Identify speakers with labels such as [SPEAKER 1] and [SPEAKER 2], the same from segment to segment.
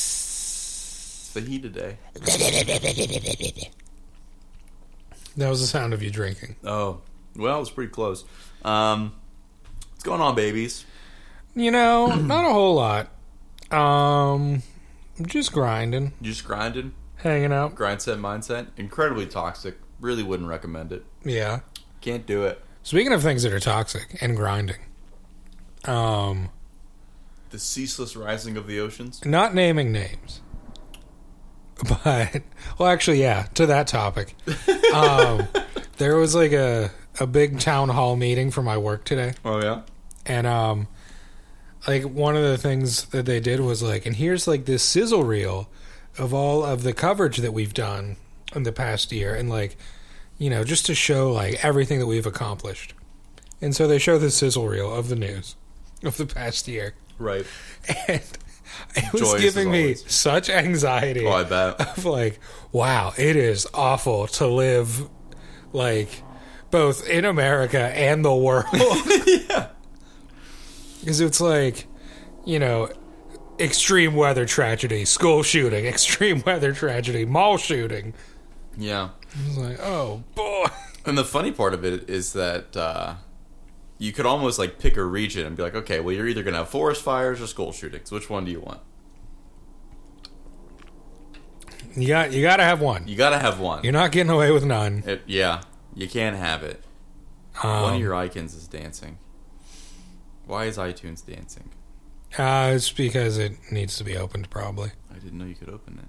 [SPEAKER 1] It's the heat today.
[SPEAKER 2] That was the sound of you drinking.
[SPEAKER 1] Oh, well, it's pretty close. Um, what's going on, babies?
[SPEAKER 2] You know, not a whole lot. Um, just grinding,
[SPEAKER 1] You just grinding,
[SPEAKER 2] hanging out.
[SPEAKER 1] grind set mindset. Incredibly toxic. Really wouldn't recommend it.
[SPEAKER 2] Yeah.
[SPEAKER 1] Can't do it.
[SPEAKER 2] Speaking of things that are toxic and grinding, um,
[SPEAKER 1] The ceaseless rising of the oceans.
[SPEAKER 2] not naming names, but well, actually, yeah. To that topic, um, there was like a a big town hall meeting for my work today.
[SPEAKER 1] Oh yeah.
[SPEAKER 2] And um like one of the things that they did was like and here's like this sizzle reel of all of the coverage that we've done in the past year and like you know just to show like everything that we've accomplished. And so they show this sizzle reel of the news of the past year.
[SPEAKER 1] Right.
[SPEAKER 2] And it was
[SPEAKER 1] Joyous as
[SPEAKER 2] giving me
[SPEAKER 1] always.
[SPEAKER 2] such anxiety
[SPEAKER 1] Oh, I bet.
[SPEAKER 2] of like, wow, it is awful to live like both in America and the world. Because it's like, you know, extreme weather tragedy, school shooting, extreme weather tragedy, mall shooting.
[SPEAKER 1] Yeah.
[SPEAKER 2] It's like, oh boy.
[SPEAKER 1] And the funny part of it is that uh, you could almost like pick a region and be like, okay, well, you're either going to have forest fires or school shootings. Which one do you want?
[SPEAKER 2] You got you gotta have one.
[SPEAKER 1] You got to have one.
[SPEAKER 2] You're not getting away with none.
[SPEAKER 1] It- yeah, you can't have it. one of your icons is dancing. Why is iTunes dancing?
[SPEAKER 2] Uh, it's because it needs to be opened probably.
[SPEAKER 1] I didn't know you could open it.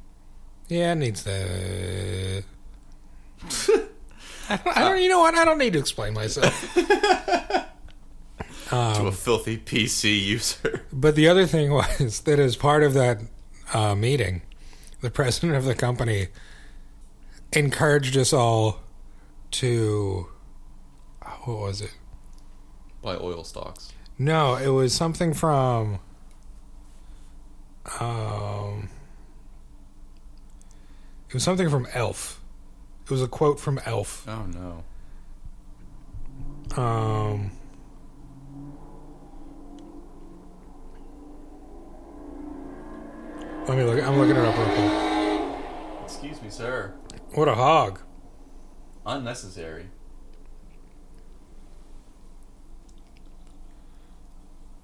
[SPEAKER 2] Yeah, it needs the. I don't, I don't. You know what? I don't need to explain myself.
[SPEAKER 1] to a filthy PC user.
[SPEAKER 2] But the other thing was that as part of that uh, meeting, the president of the company encouraged us all to. What was it?
[SPEAKER 1] Buy oil stocks.
[SPEAKER 2] No, it was something from. Um, it was something from Elf. It was a quote from Elf.
[SPEAKER 1] Oh, no.
[SPEAKER 2] Um. Let me look. I'm looking it up real
[SPEAKER 1] Excuse me, sir.
[SPEAKER 2] quick. What a hog!
[SPEAKER 1] Unnecessary.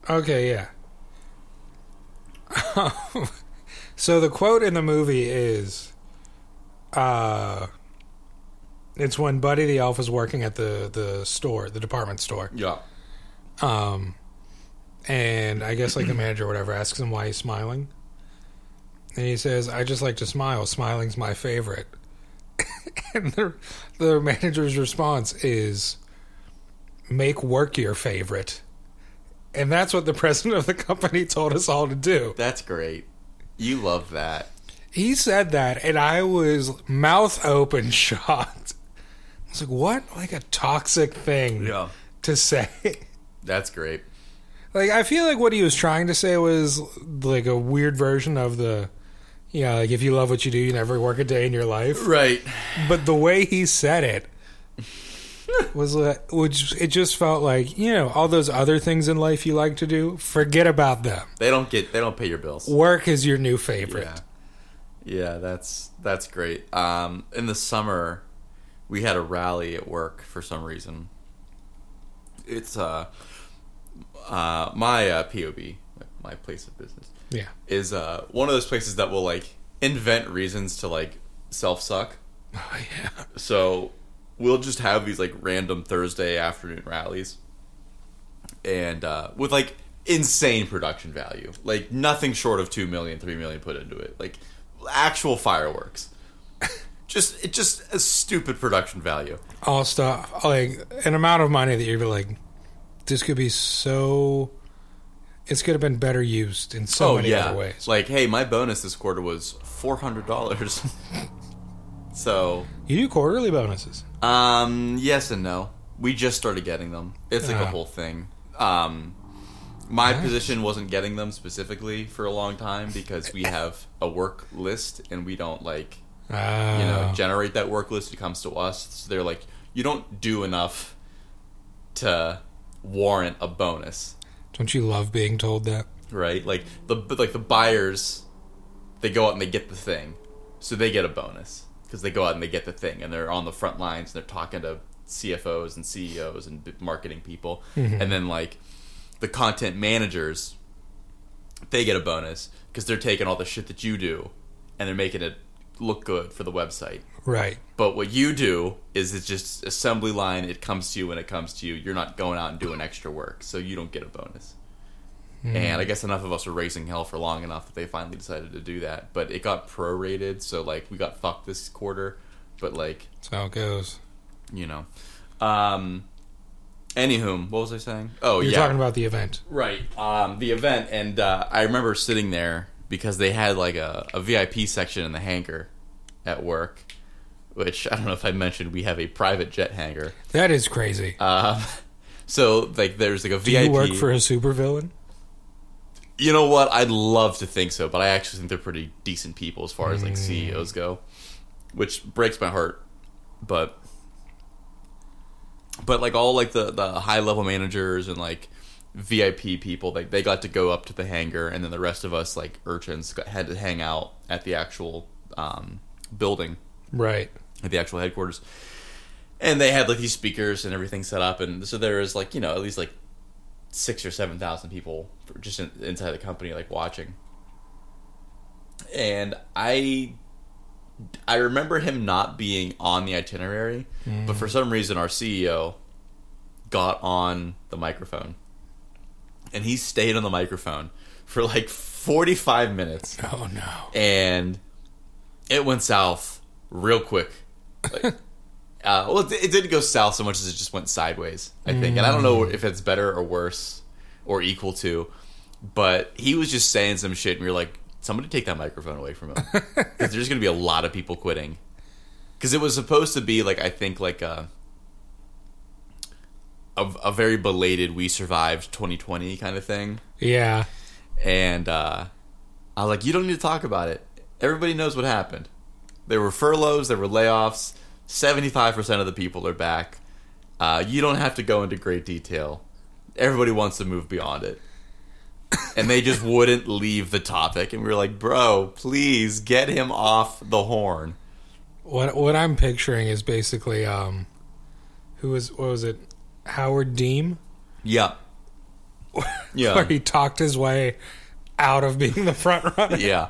[SPEAKER 2] Okay, yeah. so the quote in the movie is, uh, it's when Buddy the Elf is working at the the store, the department store,
[SPEAKER 1] Yeah.
[SPEAKER 2] Um, and I guess like the manager or whatever asks him why he's smiling. And he says, I just like to smile. Smiling's my favorite. and the, the manager's response is, make work your favorite. And that's what the president of the company told us all to do.
[SPEAKER 1] That's great. You love that.
[SPEAKER 2] He said that, and I was mouth open shocked. I was like, what? Like a toxic thing to say.
[SPEAKER 1] That's great.
[SPEAKER 2] Like I feel like what he was trying to say was like a weird version of the you know, like if you love what you do, you never work a day in your life.
[SPEAKER 1] Right.
[SPEAKER 2] But the way he said it was like which it just felt like, you know, all those other things in life you like to do, forget about them.
[SPEAKER 1] They don't get they don't pay your bills.
[SPEAKER 2] Work is your new favorite.
[SPEAKER 1] Yeah. Yeah, that's that's great. Um, in the summer, we had a rally at work for some reason. It's uh, uh, my uh, POB, my place of business,
[SPEAKER 2] Yeah.
[SPEAKER 1] is uh one of those places that will like invent reasons to like self suck.
[SPEAKER 2] Oh, yeah.
[SPEAKER 1] So we'll just have these like random Thursday afternoon rallies, and uh, with like insane production value, like nothing short of two million, three million put into it, like actual fireworks. just it just a stupid production value.
[SPEAKER 2] All stuff like an amount of money that you'd be like, this could be so it's could have been better used in so many other ways.
[SPEAKER 1] Oh, like hey, my bonus this quarter was four hundred dollars. so
[SPEAKER 2] You do quarterly bonuses.
[SPEAKER 1] Um, yes and no. We just started getting them. It's like a
[SPEAKER 2] Ah.
[SPEAKER 1] whole thing. Um, my position wasn't getting them specifically for a long time because we have a work list and we don't like
[SPEAKER 2] Ah.
[SPEAKER 1] you know generate that work list. It comes to us. So they're like, you don't do enough to warrant a bonus.
[SPEAKER 2] Don't you love being told that?
[SPEAKER 1] right? Like the but, like the buyers, they go out and they get the thing, so they get a bonus because they go out and they get the thing, and they're on the front lines and they're talking to CFOs and CEOs and b- marketing people, and then like the content managers, they get a bonus because they're taking all the shit that you do, and they're making it look good for the website.
[SPEAKER 2] Right.
[SPEAKER 1] But what you do is it's just assembly line. It comes to you when it comes to you. You're not going out and doing extra work, so you don't get a bonus.
[SPEAKER 2] Hmm.
[SPEAKER 1] And I guess enough of us were racing hell for long enough that they finally decided to do that. But it got prorated, so like we got fucked this quarter. But like
[SPEAKER 2] That's how it goes.
[SPEAKER 1] you know, um, anywho, what was I saying? Oh
[SPEAKER 2] You're
[SPEAKER 1] yeah,
[SPEAKER 2] talking about the event.
[SPEAKER 1] Right. Um, the event, and uh, I remember sitting there because they had like a, a VIP section in the hangar at work, which I don't know if I mentioned we have a private jet hangar.
[SPEAKER 2] That is crazy.
[SPEAKER 1] Um, so like there's like a
[SPEAKER 2] Do
[SPEAKER 1] VIP.
[SPEAKER 2] you work for a supervillain?
[SPEAKER 1] You know what? I'd love to think so, but I actually think they're pretty decent people as far as like CEOs go, which breaks my heart. But but like all like the the high level managers and like VIP people, like they got to go up to the hangar, and then the rest of us like urchins got, had to hang out at the actual um, building
[SPEAKER 2] Right.
[SPEAKER 1] at the actual headquarters. And they had like these speakers and everything set up, and so there was like you know at least like six or seven thousand people for- just in, inside the company like watching. And I, I remember him not being on the itinerary, but for some reason our CEO got on the microphone, and he stayed on the microphone for like forty five minutes
[SPEAKER 2] Oh no.
[SPEAKER 1] and it went south real quick. Like, uh, well, it, it didn't go south so much as it just went sideways, I think. And I don't know if it's better or worse or equal to, but he was just saying some shit, and we were like, somebody take that microphone away from him. 'Cause there's going to be a lot of people quitting. Because it was supposed to be, like, I think, like a. A, a very belated "We survived 2020" kind of thing,
[SPEAKER 2] Yeah.
[SPEAKER 1] and uh, I was like, "You don't need to talk about it. Everybody knows what happened. There were furloughs, there were layoffs. Seventy-five percent of the people are back. Uh, you don't have to go into great detail. Everybody wants to move beyond it." and they just wouldn't leave the topic, and we were like, "Bro, please get him off the horn."
[SPEAKER 2] What what I'm picturing is basically um who was what was it? Howard Deem?
[SPEAKER 1] Yeah,
[SPEAKER 2] Where
[SPEAKER 1] yeah,
[SPEAKER 2] he talked his way out of being the front runner.
[SPEAKER 1] yeah,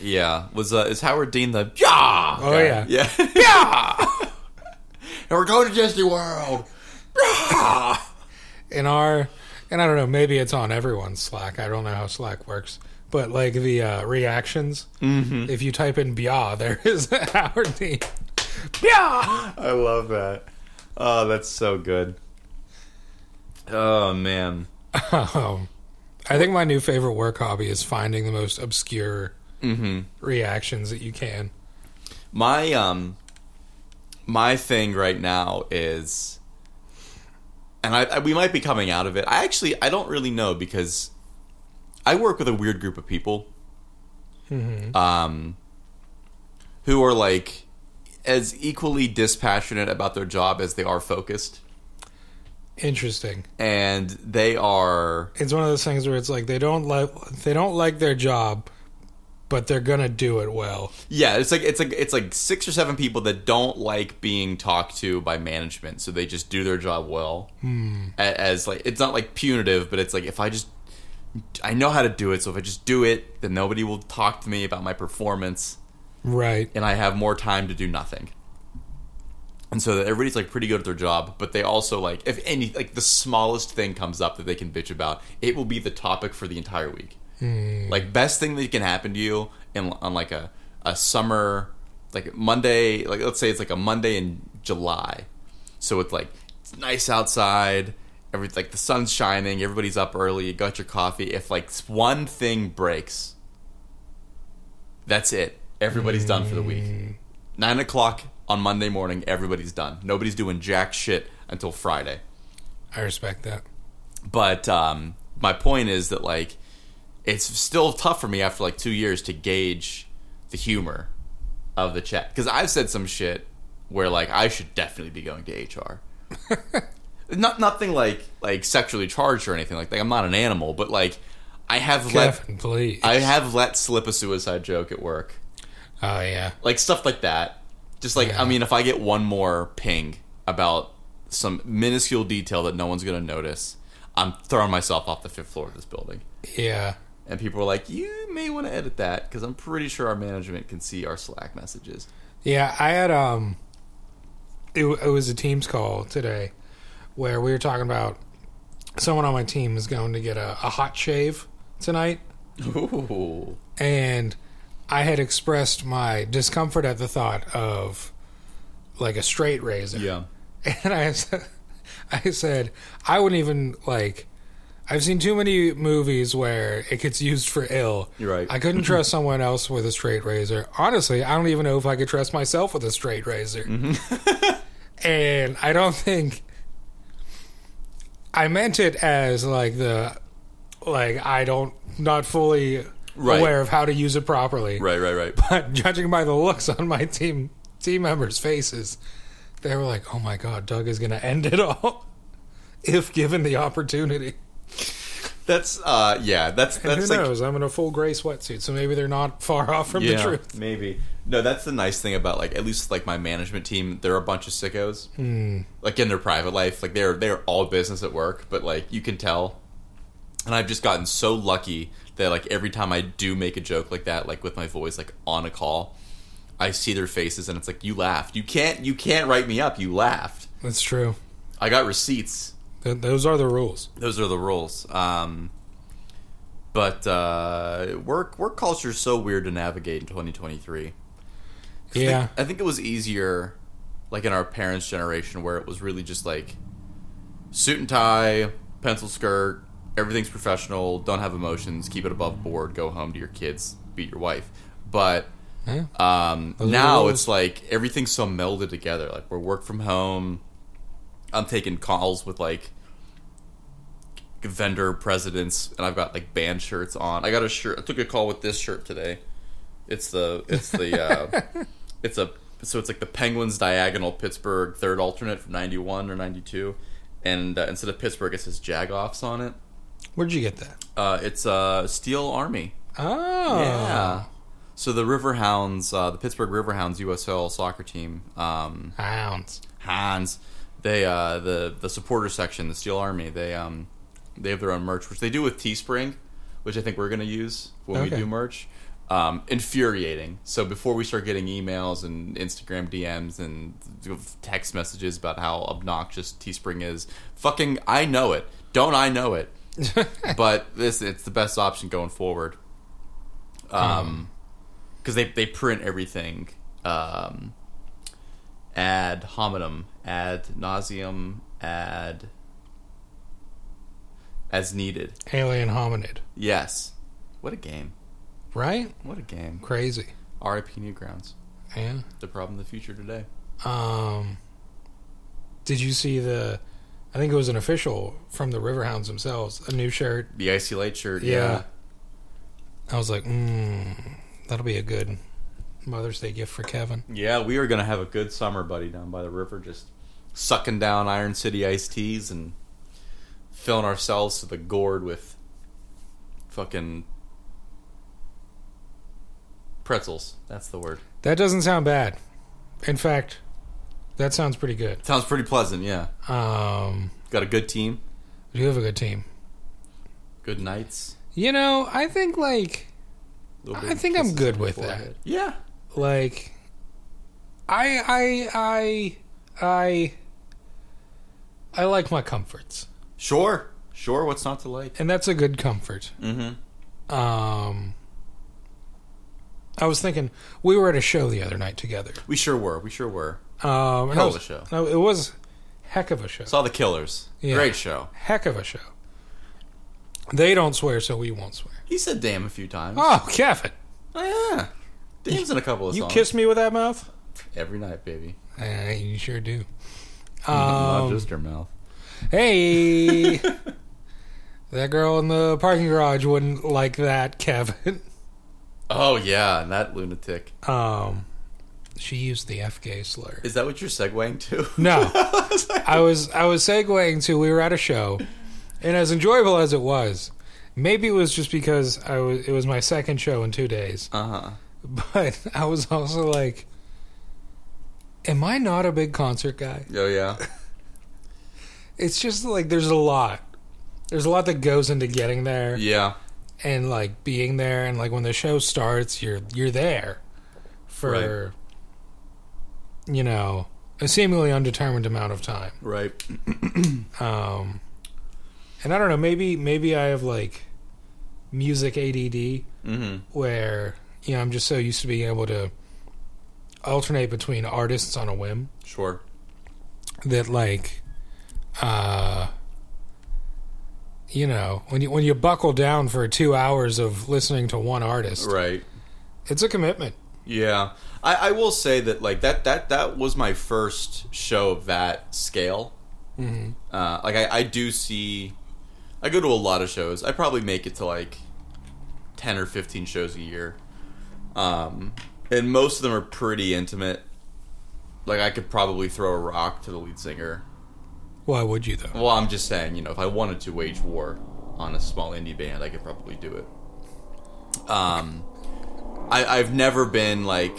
[SPEAKER 1] yeah. Was uh, is Howard Dean the yeah?
[SPEAKER 2] Oh,
[SPEAKER 1] guy?
[SPEAKER 2] yeah.
[SPEAKER 1] yeah, yeah. and we're going to Disney World.
[SPEAKER 2] in our and I don't know, maybe it's on everyone's Slack. I don't know how Slack works. But like the uh, reactions, mm-hmm. if you type in "bia," there is Howard Dean. Bia.
[SPEAKER 1] I love that. Oh, that's so good. Oh man.
[SPEAKER 2] Um, I think my new favorite work hobby is finding the most obscure reactions that you can.
[SPEAKER 1] My um my thing right now is and I, I we might be coming out of it. I actually I don't really know because I work with a weird group of people. Um who are like as equally dispassionate about their job as they are focused
[SPEAKER 2] Interesting.
[SPEAKER 1] and they are
[SPEAKER 2] It's one of those things where it's like they don't like they don't like their job, but they're gonna do it well.
[SPEAKER 1] Yeah, it's like it's like it's like six or seven people that don't like being talked to by management, so they just do their job well. Mm. As like it's not like punitive, but it's like if I just I know how to do it, so if I just do it, then nobody will talk to me about my performance,
[SPEAKER 2] Right.
[SPEAKER 1] and I have more time to do nothing. And so that everybody's like pretty good at their job, but they also like if any like the smallest thing comes up that they can bitch about, it will be the topic for the entire week. Like best thing that can happen to you in, on like a a summer like Monday, like let's say it's like a Monday in July. So it's like it's nice outside, every like the sun's shining, everybody's up early, you got your coffee. If like one thing breaks, that's it. Everybody's done for the week. Nine o'clock on Monday morning, everybody's done. Nobody's doing jack shit until Friday.
[SPEAKER 2] I respect that.
[SPEAKER 1] But um, my point is that like it's still tough for me after like two years to gauge the humor of the chat because I've said some shit where like I should definitely be going to HR. Not nothing like like sexually charged or anything like that. I'm not an animal, but like I have
[SPEAKER 2] Kevin, please.
[SPEAKER 1] let I have let slip a suicide joke at work,
[SPEAKER 2] oh yeah.
[SPEAKER 1] like stuff like that. Just like
[SPEAKER 2] Yeah.
[SPEAKER 1] I mean, if I get one more ping about some minuscule detail that no one's gonna notice, I'm throwing myself off the fifth floor of this building.
[SPEAKER 2] Yeah.
[SPEAKER 1] And people were like, "You may want to edit that because I'm pretty sure our management can see our Slack messages."
[SPEAKER 2] Yeah, I had um, it, it was a teams call today, where we were talking about someone on my team is going to get a, a hot shave tonight,
[SPEAKER 1] Ooh.
[SPEAKER 2] and I had expressed my discomfort at the thought of like a straight razor,
[SPEAKER 1] Yeah.
[SPEAKER 2] and I said, I said I wouldn't even like. I've seen too many movies where it gets used for ill.
[SPEAKER 1] You're right.
[SPEAKER 2] I couldn't trust someone else with a straight razor. Honestly, I don't even know if I could trust myself with a straight razor.
[SPEAKER 1] Mm-hmm.
[SPEAKER 2] and I don't think I meant it as like the like I don't not fully
[SPEAKER 1] Right.
[SPEAKER 2] aware of how to use it properly.
[SPEAKER 1] Right. Right. Right.
[SPEAKER 2] But judging by the looks on my team team members' faces, they were like, "Oh my god, Doug is going to end it all if given the opportunity."
[SPEAKER 1] That's uh yeah, that's
[SPEAKER 2] And
[SPEAKER 1] that's
[SPEAKER 2] who
[SPEAKER 1] like
[SPEAKER 2] knows? I'm in a full gray sweatsuit, so maybe they're not far off from
[SPEAKER 1] yeah,
[SPEAKER 2] the truth.
[SPEAKER 1] maybe. No, that's the nice thing about like at least like my management team, they're a bunch of sickos.
[SPEAKER 2] Mm.
[SPEAKER 1] Like in their private life, like they're they're all business at work, but like you can tell. And I've just gotten so lucky that like every time I do make a joke like that, like with my voice like on a call, I see their faces and it's like you laughed. You can't you can't write me up. You laughed.
[SPEAKER 2] That's true.
[SPEAKER 1] I got receipts.
[SPEAKER 2] Th- those are the rules.
[SPEAKER 1] those are the rules. Um, but uh, work work culture is so weird to navigate in 2023.
[SPEAKER 2] Yeah,
[SPEAKER 1] I think it was easier, like in our parents' generation, where it was really just like suit and tie, pencil skirt, everything's professional, don't have emotions, keep it above board, go home to your kids, beat your wife. But
[SPEAKER 2] Yeah.
[SPEAKER 1] um,
[SPEAKER 2] are the
[SPEAKER 1] now
[SPEAKER 2] rules.
[SPEAKER 1] it's like everything's so melded together. Like we're work from home. I'm taking calls with like vendor presidents, and I've got like band shirts on. I got a shirt. I took a call with this shirt today. It's the it's the uh, it's a so it's like the Penguins diagonal Pittsburgh third alternate from '91 or '92, and uh, instead of Pittsburgh, it says Jagoffs on it.
[SPEAKER 2] where'd you get that?
[SPEAKER 1] Uh, it's uh, Steel Army.
[SPEAKER 2] Oh,
[SPEAKER 1] Yeah. So the Riverhounds, uh, the Pittsburgh Riverhounds USL soccer team, um,
[SPEAKER 2] hounds.
[SPEAKER 1] Hans, they uh, the the supporter section, the Steel Army, they um, they have their own merch, which they do with Teespring, which I think we're gonna use when
[SPEAKER 2] Okay.
[SPEAKER 1] we do merch. Um, infuriating. So before we start getting emails and Instagram DMs and text messages about how obnoxious Teespring is, fucking I know it. Don't I know it? but this it's the best option going forward. Um, because they they print everything. Um, ad hominem, ad nauseum, ad as needed.
[SPEAKER 2] Alien hominid,
[SPEAKER 1] Yes. What a game!
[SPEAKER 2] right?
[SPEAKER 1] What a game!
[SPEAKER 2] Crazy.
[SPEAKER 1] R.I.P. Newgrounds.
[SPEAKER 2] Yeah.
[SPEAKER 1] The problem of the future today.
[SPEAKER 2] Um, did you see the? I think it was an official from the Riverhounds themselves. A new shirt.
[SPEAKER 1] The icy light shirt.
[SPEAKER 2] Yeah. I was like, mm, that'll be a good Mother's Day gift for Kevin.
[SPEAKER 1] Yeah, we are gonna have a good summer, buddy, down by the river, just sucking down Iron City iced teas and filling ourselves to the gourd with fucking pretzels. That's the word.
[SPEAKER 2] That doesn't sound bad. In fact, that sounds pretty good.
[SPEAKER 1] Sounds pretty pleasant. Yeah,
[SPEAKER 2] Um,
[SPEAKER 1] got a good team,
[SPEAKER 2] we do have a good team.
[SPEAKER 1] good nights.
[SPEAKER 2] You know, I think like
[SPEAKER 1] little
[SPEAKER 2] I
[SPEAKER 1] bit of
[SPEAKER 2] think I'm
[SPEAKER 1] kisses
[SPEAKER 2] good
[SPEAKER 1] on
[SPEAKER 2] with
[SPEAKER 1] the
[SPEAKER 2] that.
[SPEAKER 1] forehead. Yeah,
[SPEAKER 2] like I I I I I like my comforts,
[SPEAKER 1] sure, sure. What's not to like?
[SPEAKER 2] and that's a good comfort.
[SPEAKER 1] Mm-hmm.
[SPEAKER 2] Um, I was thinking we were at a show the other night together.
[SPEAKER 1] We sure were. We sure were.
[SPEAKER 2] Um, and I
[SPEAKER 1] Hell
[SPEAKER 2] was-
[SPEAKER 1] of a show.
[SPEAKER 2] No, it was heck of a show.
[SPEAKER 1] Saw the Killers.
[SPEAKER 2] Yeah.
[SPEAKER 1] Great show.
[SPEAKER 2] heck of a show. They don't swear, so we won't swear.
[SPEAKER 1] He said "damn" a few times.
[SPEAKER 2] Oh, Kevin,
[SPEAKER 1] Oh, yeah. Damn's in a couple of
[SPEAKER 2] you
[SPEAKER 1] songs.
[SPEAKER 2] kiss me with that mouth?
[SPEAKER 1] every night, baby.
[SPEAKER 2] Uh, you sure do.
[SPEAKER 1] Not
[SPEAKER 2] Um,
[SPEAKER 1] just her mouth.
[SPEAKER 2] hey, that girl in the parking garage wouldn't like that, Kevin.
[SPEAKER 1] Oh yeah, and that lunatic.
[SPEAKER 2] Um, She used the F gay slur.
[SPEAKER 1] Is that what you're segueing to?
[SPEAKER 2] No.
[SPEAKER 1] I was like,
[SPEAKER 2] I was I was segueing to we were at a show, and as enjoyable as it was, maybe it was just because I was it was my second show in two days,
[SPEAKER 1] uh-huh.
[SPEAKER 2] but I was also like, am I not a big concert guy?
[SPEAKER 1] Oh yeah.
[SPEAKER 2] It's just like there's a lot, there's a lot that goes into getting there
[SPEAKER 1] Yeah.
[SPEAKER 2] and like being there, and like when the show starts, you're you're there for, you know, a seemingly undetermined amount of time.
[SPEAKER 1] Right.
[SPEAKER 2] Um, and I don't know, maybe maybe I have like music ADD
[SPEAKER 1] Mm-hmm.
[SPEAKER 2] where you know I'm just so used to being able to alternate between artists on a whim
[SPEAKER 1] Sure.
[SPEAKER 2] that like uh you know when you when you buckle down for 2 hours of listening to one artist
[SPEAKER 1] Right.
[SPEAKER 2] it's a commitment
[SPEAKER 1] Yeah. I, I will say that like that that that was my first show of that scale.
[SPEAKER 2] Mhm.
[SPEAKER 1] Uh, like I, I do see, I go to a lot of shows. I probably make it to like ten or fifteen shows a year, um, and most of them are pretty intimate. Like I could probably throw a rock to the lead singer.
[SPEAKER 2] why would you though
[SPEAKER 1] Well, I'm just saying, you know, if I wanted to wage war on a small indie band, I could probably do it. Um, I, I've never been like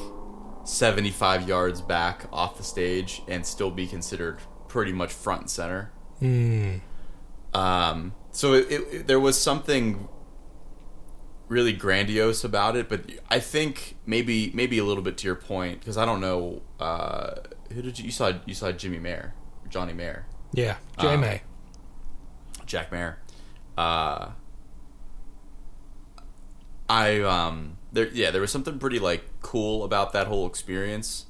[SPEAKER 1] 75 yards back off the stage and still be considered pretty much front and center.
[SPEAKER 2] mm,
[SPEAKER 1] Um, so it, it, it- there was something really grandiose about it, but I think maybe maybe a little bit to your point because I don't know uh, who did you, you saw you saw Jimmy Mayer, Johnny Mayer.
[SPEAKER 2] yeah
[SPEAKER 1] uh,
[SPEAKER 2] J May
[SPEAKER 1] Jack Mayer. Uh, I um there yeah there was something pretty like cool about that whole experience.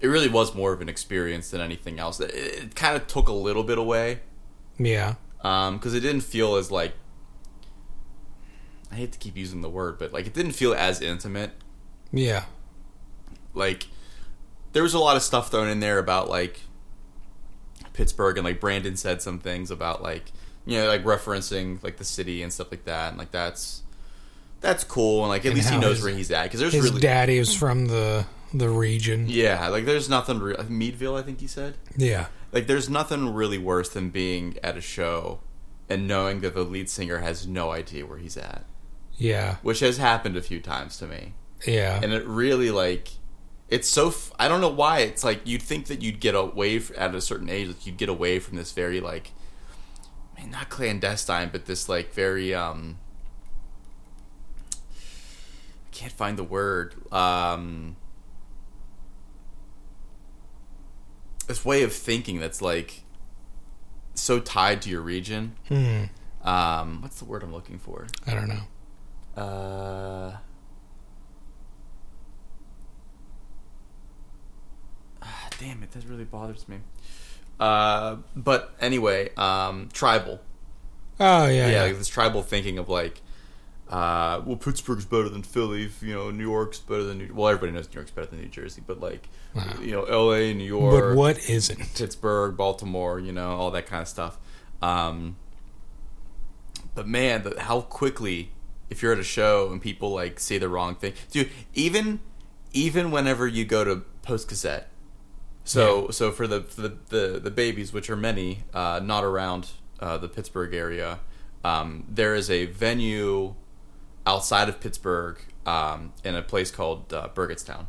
[SPEAKER 1] It really was more of an experience than anything else. It, it kind of took a little bit away
[SPEAKER 2] yeah
[SPEAKER 1] because it didn't feel as like I hate to keep using the word, but like it didn't feel as intimate
[SPEAKER 2] yeah
[SPEAKER 1] like there was a lot of stuff thrown in there about like Pittsburgh and like Brandon said some things about like you know like referencing like the city and stuff like that and like that's that's cool and like at
[SPEAKER 2] And
[SPEAKER 1] least he
[SPEAKER 2] how
[SPEAKER 1] knows
[SPEAKER 2] his-
[SPEAKER 1] where he's at because there's
[SPEAKER 2] his
[SPEAKER 1] really
[SPEAKER 2] daddy is from the the region
[SPEAKER 1] yeah like there's nothing real Meadville I think he said
[SPEAKER 2] yeah.
[SPEAKER 1] like there's nothing really worse than being at a show and knowing that the lead singer has no idea where he's at
[SPEAKER 2] Yeah,
[SPEAKER 1] which has happened a few times to me
[SPEAKER 2] yeah,
[SPEAKER 1] and it really like it's so f- i don't know why it's like you'd think that you'd get away f- at a certain age like you'd get away from this very like man, not clandestine but this like very um i can't find the word um this way of thinking that's like so tied to your region
[SPEAKER 2] Hmm.
[SPEAKER 1] um what's the word i'm looking for
[SPEAKER 2] I don't know.
[SPEAKER 1] uh, ah, damn it, that really bothers me. Uh, but anyway, um, tribal.
[SPEAKER 2] Oh yeah,
[SPEAKER 1] Yeah,
[SPEAKER 2] yeah,
[SPEAKER 1] like this tribal thinking of like, uh, well, Pittsburgh's better than Philly. You know, New York's better than New. Well, everybody knows New York's better than New Jersey, but like,
[SPEAKER 2] Wow.
[SPEAKER 1] you know, L.A., New York.
[SPEAKER 2] but what isn't?
[SPEAKER 1] Pittsburgh, Baltimore, you know, all that kind of stuff. Um, but man, the, how quickly if you're at a show and people like say the wrong thing, dude. Even even whenever you go to Post Gazette, so so for the, for the the the babies, which are many, uh, not around uh, the Pittsburgh area, um, there is a venue outside of Pittsburgh um, in a place called uh, Burgettstown.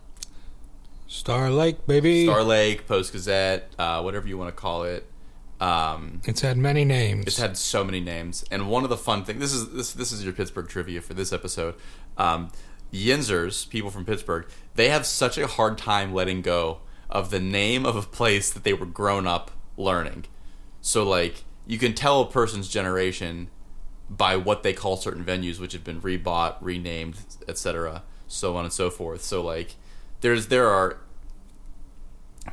[SPEAKER 2] Star Lake, baby.
[SPEAKER 1] Star Lake, Post Gazette, uh, whatever you want to call it. Um,
[SPEAKER 2] it's had many names.
[SPEAKER 1] it's had so many names, and one of the fun things this is this this is your Pittsburgh trivia for this episode. Um, Yinzers, people from Pittsburgh, they have such a hard time letting go of the name of a place that they were grown up learning. So like you can tell a person's generation by what they call certain venues, which have been rebought, renamed, etc., so on and so forth. So like there's there are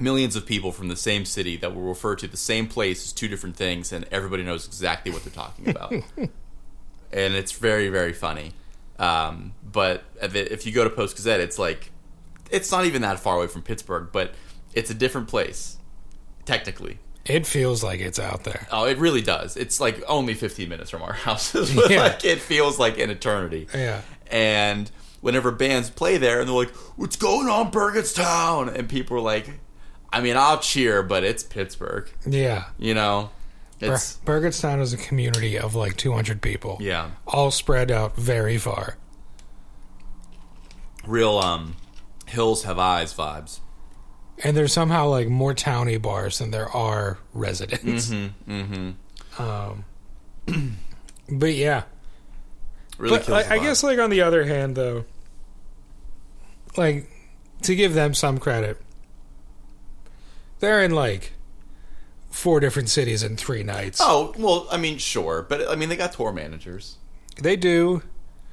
[SPEAKER 1] millions of people from the same city that will refer to the same place as two different things, and everybody knows exactly what they're talking about. and it's very, very funny. Um, but if it- if you go to Post Gazette, it's like it's not even that far away from Pittsburgh, but it's a different place technically.
[SPEAKER 2] it feels like it's out there.
[SPEAKER 1] Oh, it really does. It's like only 15 minutes from our houses.
[SPEAKER 2] Yeah.
[SPEAKER 1] Uh, like it feels like an eternity
[SPEAKER 2] Yeah,
[SPEAKER 1] and whenever bands play there and they're like, "What's going on, Burgettstown?" and people are like, "I mean, I'll cheer, but it's Pittsburgh."
[SPEAKER 2] Yeah.
[SPEAKER 1] You know,
[SPEAKER 2] Bur-
[SPEAKER 1] it's
[SPEAKER 2] Burgettstown is a community of like 200 people.
[SPEAKER 1] yeah,
[SPEAKER 2] All spread out very far.
[SPEAKER 1] real um, hills have eyes vibes.
[SPEAKER 2] And there's somehow like more towny bars than there are residents.
[SPEAKER 1] Mm-hmm.
[SPEAKER 2] Um, but yeah.
[SPEAKER 1] Really
[SPEAKER 2] but
[SPEAKER 1] kills. the
[SPEAKER 2] I, I
[SPEAKER 1] vibe.
[SPEAKER 2] guess like on the other hand though like to give them some credit they're in like four different cities in three nights
[SPEAKER 1] Oh well, I mean, sure, but I mean, they got tour managers.
[SPEAKER 2] they do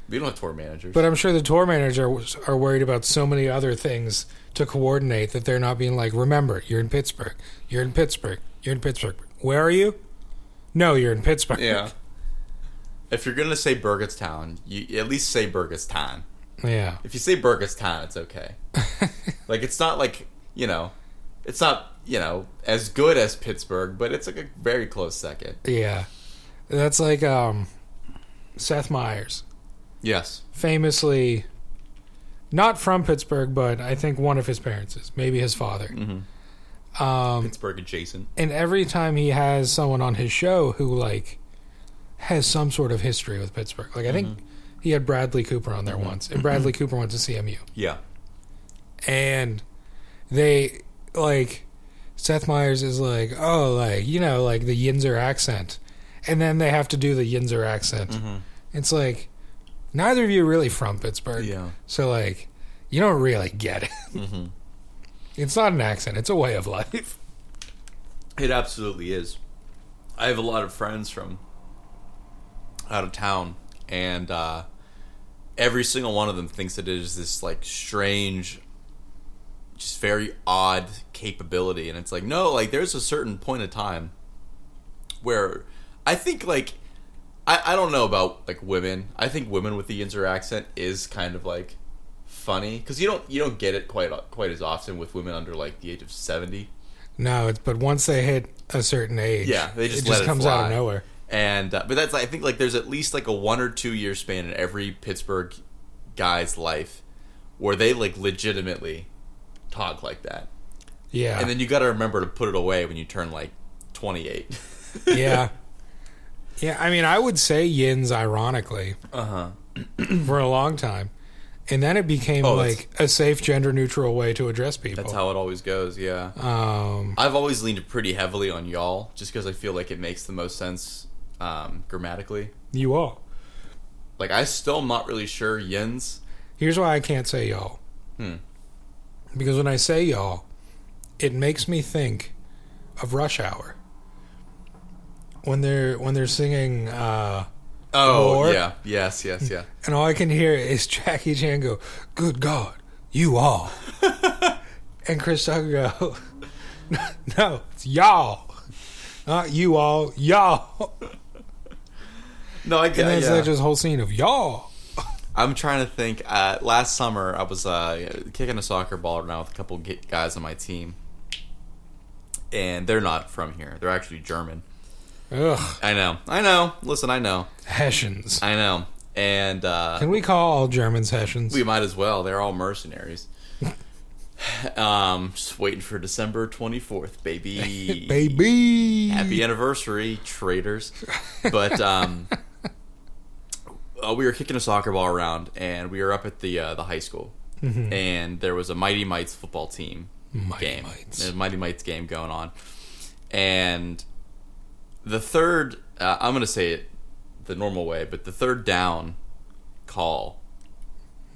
[SPEAKER 1] We don't have tour managers.
[SPEAKER 2] but i'm sure the tour managers are worried about so many other things to coordinate that they're not being like remember you're in pittsburgh you're in pittsburgh you're in pittsburgh where are you no you're in pittsburgh
[SPEAKER 1] yeah, if you're gonna say Burgettstown, you at least say Burgettstown.
[SPEAKER 2] yeah
[SPEAKER 1] If you say Burgettstown, it's okay. like it's not like you know, it's not you know as good as Pittsburgh, but it's like a very close second.
[SPEAKER 2] yeah that's like um seth meyers
[SPEAKER 1] Yes.
[SPEAKER 2] famously not from Pittsburgh, but I think one of his parents is, maybe his father. Um,
[SPEAKER 1] Pittsburgh adjacent.
[SPEAKER 2] and every time he has someone on his show who like has some sort of history with Pittsburgh, like I think he had Bradley Cooper on there once, and Bradley Cooper went to CMU,
[SPEAKER 1] Yeah.
[SPEAKER 2] and they like Seth Meyers is like, oh, like you know, like the Yinzer accent, and then they have to do the Yinzer accent.
[SPEAKER 1] Mm-hmm.
[SPEAKER 2] It's like neither of you are really from Pittsburgh.
[SPEAKER 1] Yeah. Mm-hmm.
[SPEAKER 2] So like, you don't really get it. It's not an accent; it's a way of life.
[SPEAKER 1] It absolutely is. I have a lot of friends from out of town, and uh, every single one of them thinks that it is this like strange, just very odd capability. And it's like, no, like there's a certain point of time where I think like I, I don't know about like women. I think women with the Yinzer accent is kind of like funny because you don't you don't get it quite quite as often with women under like the age of seventy.
[SPEAKER 2] No, it's but once they hit a certain age,
[SPEAKER 1] Yeah, they just let
[SPEAKER 2] it just
[SPEAKER 1] it
[SPEAKER 2] comes out of
[SPEAKER 1] fly.
[SPEAKER 2] nowhere.
[SPEAKER 1] And uh, but that's I think like there's at least like a one or two year span in every Pittsburgh guy's life where they like legitimately talk like that.
[SPEAKER 2] Yeah,
[SPEAKER 1] And then you got to remember to put it away when you turn like 28.
[SPEAKER 2] yeah, yeah. I mean, I would say Yins, ironically,
[SPEAKER 1] Uh huh.
[SPEAKER 2] for a long time, and then it became
[SPEAKER 1] Oh, that's-
[SPEAKER 2] like a safe, gender-neutral way to address people.
[SPEAKER 1] That's how it always goes. Yeah.
[SPEAKER 2] Oh. um,
[SPEAKER 1] I've always leaned pretty heavily on y'all just because I feel like it makes the most sense um, grammatically.
[SPEAKER 2] you all.
[SPEAKER 1] Like I still am not really sure yins.
[SPEAKER 2] Here's why I can't say y'all.
[SPEAKER 1] Hmm.
[SPEAKER 2] Because when I say y'all, it makes me think of Rush Hour. When they're when they're singing, uh,
[SPEAKER 1] Oh
[SPEAKER 2] Or-
[SPEAKER 1] yeah. Yes. Yes. Yeah.
[SPEAKER 2] and all I can hear is Jackie Chan go, "Good God, you all," and Chris Tucker go, "No, it's y'all, not you all, y'all."
[SPEAKER 1] No, I
[SPEAKER 2] And
[SPEAKER 1] get.
[SPEAKER 2] then
[SPEAKER 1] it.
[SPEAKER 2] it's
[SPEAKER 1] yeah.
[SPEAKER 2] like this whole scene of y'all.
[SPEAKER 1] I'm trying to think. Uh, last summer, I was uh, kicking a soccer ball around with a couple g- guys on my team, and they're not from here. They're actually German.
[SPEAKER 2] Ugh,
[SPEAKER 1] I know. I know. Listen, I know.
[SPEAKER 2] Hessians.
[SPEAKER 1] I know. And uh,
[SPEAKER 2] Can we call all Germans Hessians?
[SPEAKER 1] we might as well. They're all mercenaries. um, just waiting for December 24th, baby.
[SPEAKER 2] Baby,
[SPEAKER 1] Happy anniversary, traitors. But um, uh, we were kicking a soccer ball around, and we were up at the uh, the high school, and there was a Mighty Mites football team
[SPEAKER 2] Mm-hmm. Mighty
[SPEAKER 1] game,
[SPEAKER 2] Mites.
[SPEAKER 1] There's a Mighty Mites game going on, and the third, uh, I'm gonna say it the normal way, but the third down call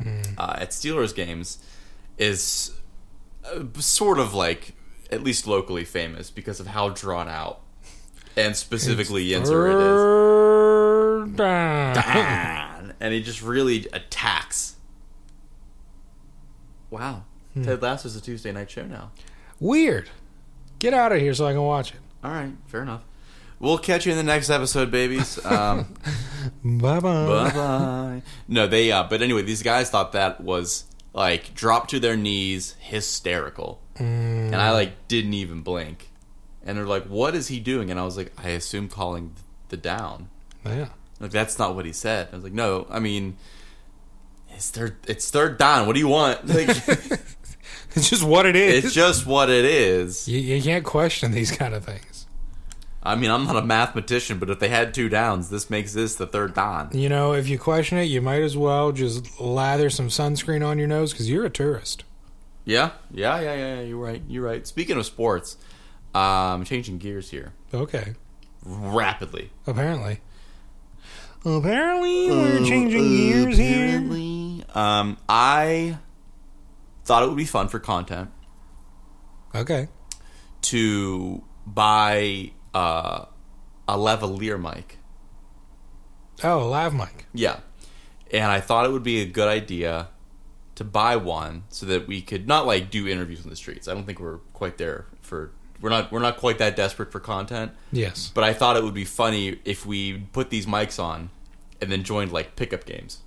[SPEAKER 1] uh, at Steelers games is uh, sort of like at least locally famous because of how drawn out and specifically Yenzer it is.
[SPEAKER 2] Third down.
[SPEAKER 1] And he just really attacks. Wow. Ted Lasso's a Tuesday night show now.
[SPEAKER 2] Weird. Get out of here so I can watch it.
[SPEAKER 1] All right, fair enough. We'll catch you in the next episode, babies. Um,
[SPEAKER 2] Bye
[SPEAKER 1] Bye
[SPEAKER 2] bye.
[SPEAKER 1] bye. No, they. Uh, but anyway, these guys thought that was like drop to their knees, hysterical, and I like didn't even blink. And they're like, "What is he doing?" And I was like, "I assume calling the down."
[SPEAKER 2] Yeah.
[SPEAKER 1] Like that's not what he said. I was like, "No, I mean." It's third. It's third down. What do you want? Like,
[SPEAKER 2] It's just what it is.
[SPEAKER 1] it's just what it is.
[SPEAKER 2] you, you can't question these kind of things.
[SPEAKER 1] I mean, I'm not a mathematician, but if they had two downs, this makes this the third down.
[SPEAKER 2] You know, if you question it, you might as well just lather some sunscreen on your nose because you're a tourist.
[SPEAKER 1] Yeah, yeah, yeah, yeah. yeah, You're right. You're right. Speaking of sports, um, changing gears here
[SPEAKER 2] Okay,
[SPEAKER 1] rapidly.
[SPEAKER 2] apparently. Apparently, we're changing gears here.
[SPEAKER 1] Uh, Apparently, Um, I thought it would be fun for content
[SPEAKER 2] Okay.
[SPEAKER 1] to buy uh, a lavalier mic.
[SPEAKER 2] Oh, lav mic.
[SPEAKER 1] Yeah. And I thought it would be a good idea to buy one so that we could not like do interviews on the streets. I don't think we're quite there for we're not we're not quite that desperate for content.
[SPEAKER 2] Yes.
[SPEAKER 1] But I thought it would be funny if we put these mics on and then joined like pickup games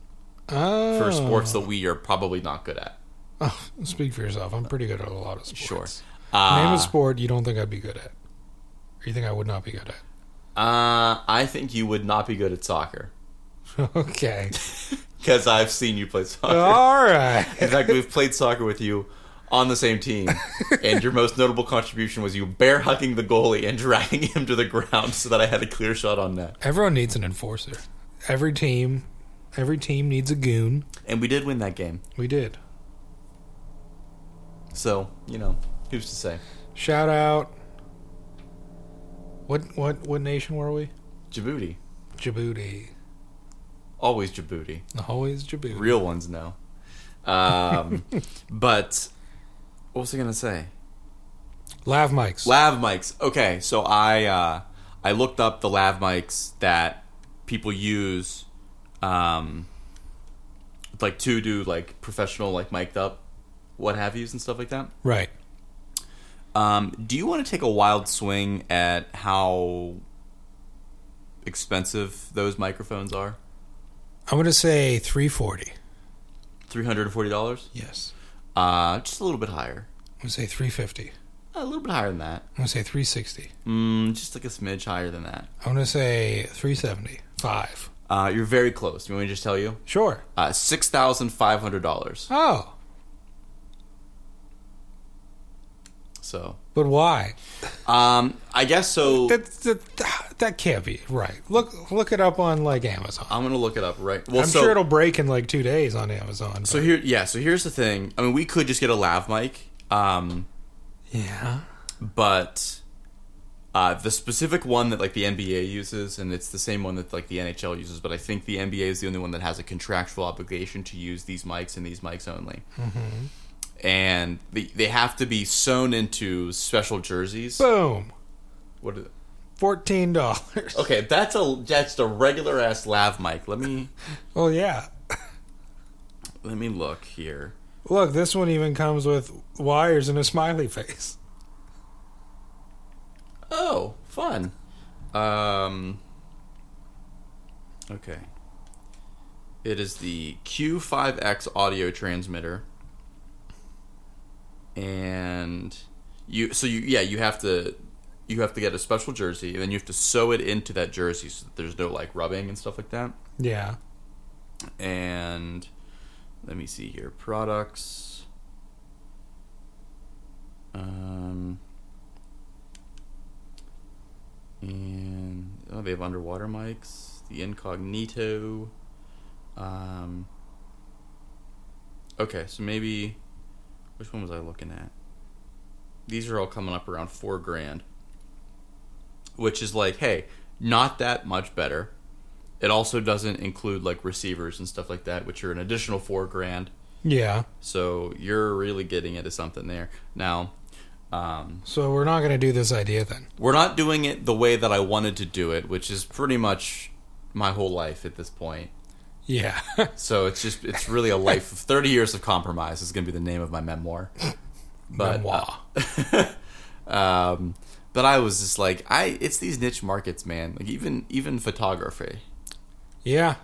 [SPEAKER 2] Oh.
[SPEAKER 1] for sports that we are probably not good at.
[SPEAKER 2] Oh, speak for yourself. I'm pretty good at a lot of sports.
[SPEAKER 1] Sure.
[SPEAKER 2] Name
[SPEAKER 1] Uh,
[SPEAKER 2] a sport you don't think I'd be good at. Or you think I would not be good at.
[SPEAKER 1] uh, I think you would not be good at soccer
[SPEAKER 2] Okay.
[SPEAKER 1] because I've seen you play soccer.
[SPEAKER 2] All right.
[SPEAKER 1] In fact, we've played soccer with you on the same team, and your most notable contribution was you bear hugging the goalie and dragging him to the ground so that I had a clear shot on net.
[SPEAKER 2] Everyone needs an enforcer. Every team, every team needs a goon.
[SPEAKER 1] And we did win that game.
[SPEAKER 2] We did.
[SPEAKER 1] So, you know, who's to say?
[SPEAKER 2] Shout out. What what what nation were we?
[SPEAKER 1] Djibouti.
[SPEAKER 2] Djibouti.
[SPEAKER 1] Always Djibouti.
[SPEAKER 2] Always Djibouti.
[SPEAKER 1] Real ones know. Um, but what was I going to say?
[SPEAKER 2] Lav mics.
[SPEAKER 1] Lav mics. Okay, so I uh, I looked up the lav mics that people use, um, like to do like professional like mic'd up, what have yous and stuff like that.
[SPEAKER 2] right.
[SPEAKER 1] Um, do you want to take a wild swing at how expensive those microphones are?
[SPEAKER 2] I'm gonna say 340.
[SPEAKER 1] Three hundred and forty dollars.
[SPEAKER 2] Yes.
[SPEAKER 1] Uh, just a little bit higher.
[SPEAKER 2] I'm gonna say 350.
[SPEAKER 1] A little bit higher than that.
[SPEAKER 2] I'm gonna say 360.
[SPEAKER 1] Mm, just like a smidge higher than that.
[SPEAKER 2] I'm gonna say 370. Five.
[SPEAKER 1] Uh, you're very close. You want me to just tell you?
[SPEAKER 2] Sure.
[SPEAKER 1] Uh, six thousand five hundred dollars.
[SPEAKER 2] Oh,
[SPEAKER 1] So,
[SPEAKER 2] but why?
[SPEAKER 1] um, I guess so.
[SPEAKER 2] That that that can't be right. Look look it up on like Amazon.
[SPEAKER 1] I'm gonna look it up right. Uh, Well,
[SPEAKER 2] I'm
[SPEAKER 1] so,
[SPEAKER 2] sure it'll break in like two days on Amazon.
[SPEAKER 1] so
[SPEAKER 2] but-
[SPEAKER 1] here, yeah. So here's the thing. I mean, we could just get a lav mic, um,
[SPEAKER 2] yeah.
[SPEAKER 1] but uh, the specific one that like the NBA uses, and it's the same one that like the NHL uses. But I think the NBA is the only one that has a contractual obligation to use these mics and these mics only.
[SPEAKER 2] Mm-hmm.
[SPEAKER 1] And they, they have to be sewn into special jerseys.
[SPEAKER 2] Boom.
[SPEAKER 1] What? Are,
[SPEAKER 2] Fourteen dollars.
[SPEAKER 1] okay, that's a that's a regular ass lav mic. Let me
[SPEAKER 2] Well, yeah.
[SPEAKER 1] let me look here.
[SPEAKER 2] Look, this one even comes with wires and a smiley face.
[SPEAKER 1] Oh, fun. Um, okay. It is the Q5X audio transmitter, and you. So you, yeah, you have to. You have to get a special jersey, and then you have to sew it into that jersey so that there's no like rubbing and stuff like that.
[SPEAKER 2] Yeah.
[SPEAKER 1] And let me see here, products. Um, and oh, they have underwater mics, the incognito. Um, okay, so maybe which one was I looking at? These are all coming up around four grand, which is like, hey, not that much better. It also doesn't include like receivers and stuff like that, which are an additional four grand.
[SPEAKER 2] Yeah.
[SPEAKER 1] So you're really getting into something there. Now, um,
[SPEAKER 2] So we're not going to do this idea then.
[SPEAKER 1] we're not doing it the way that I wanted to do it, which is pretty much my whole life at this point.
[SPEAKER 2] Yeah.
[SPEAKER 1] So it's just it's really a life of 30 years of compromise is going to be the name of my memoir. But
[SPEAKER 2] Memoir.
[SPEAKER 1] um but I was just like I it's these niche markets, man. Like even even photography.
[SPEAKER 2] yeah.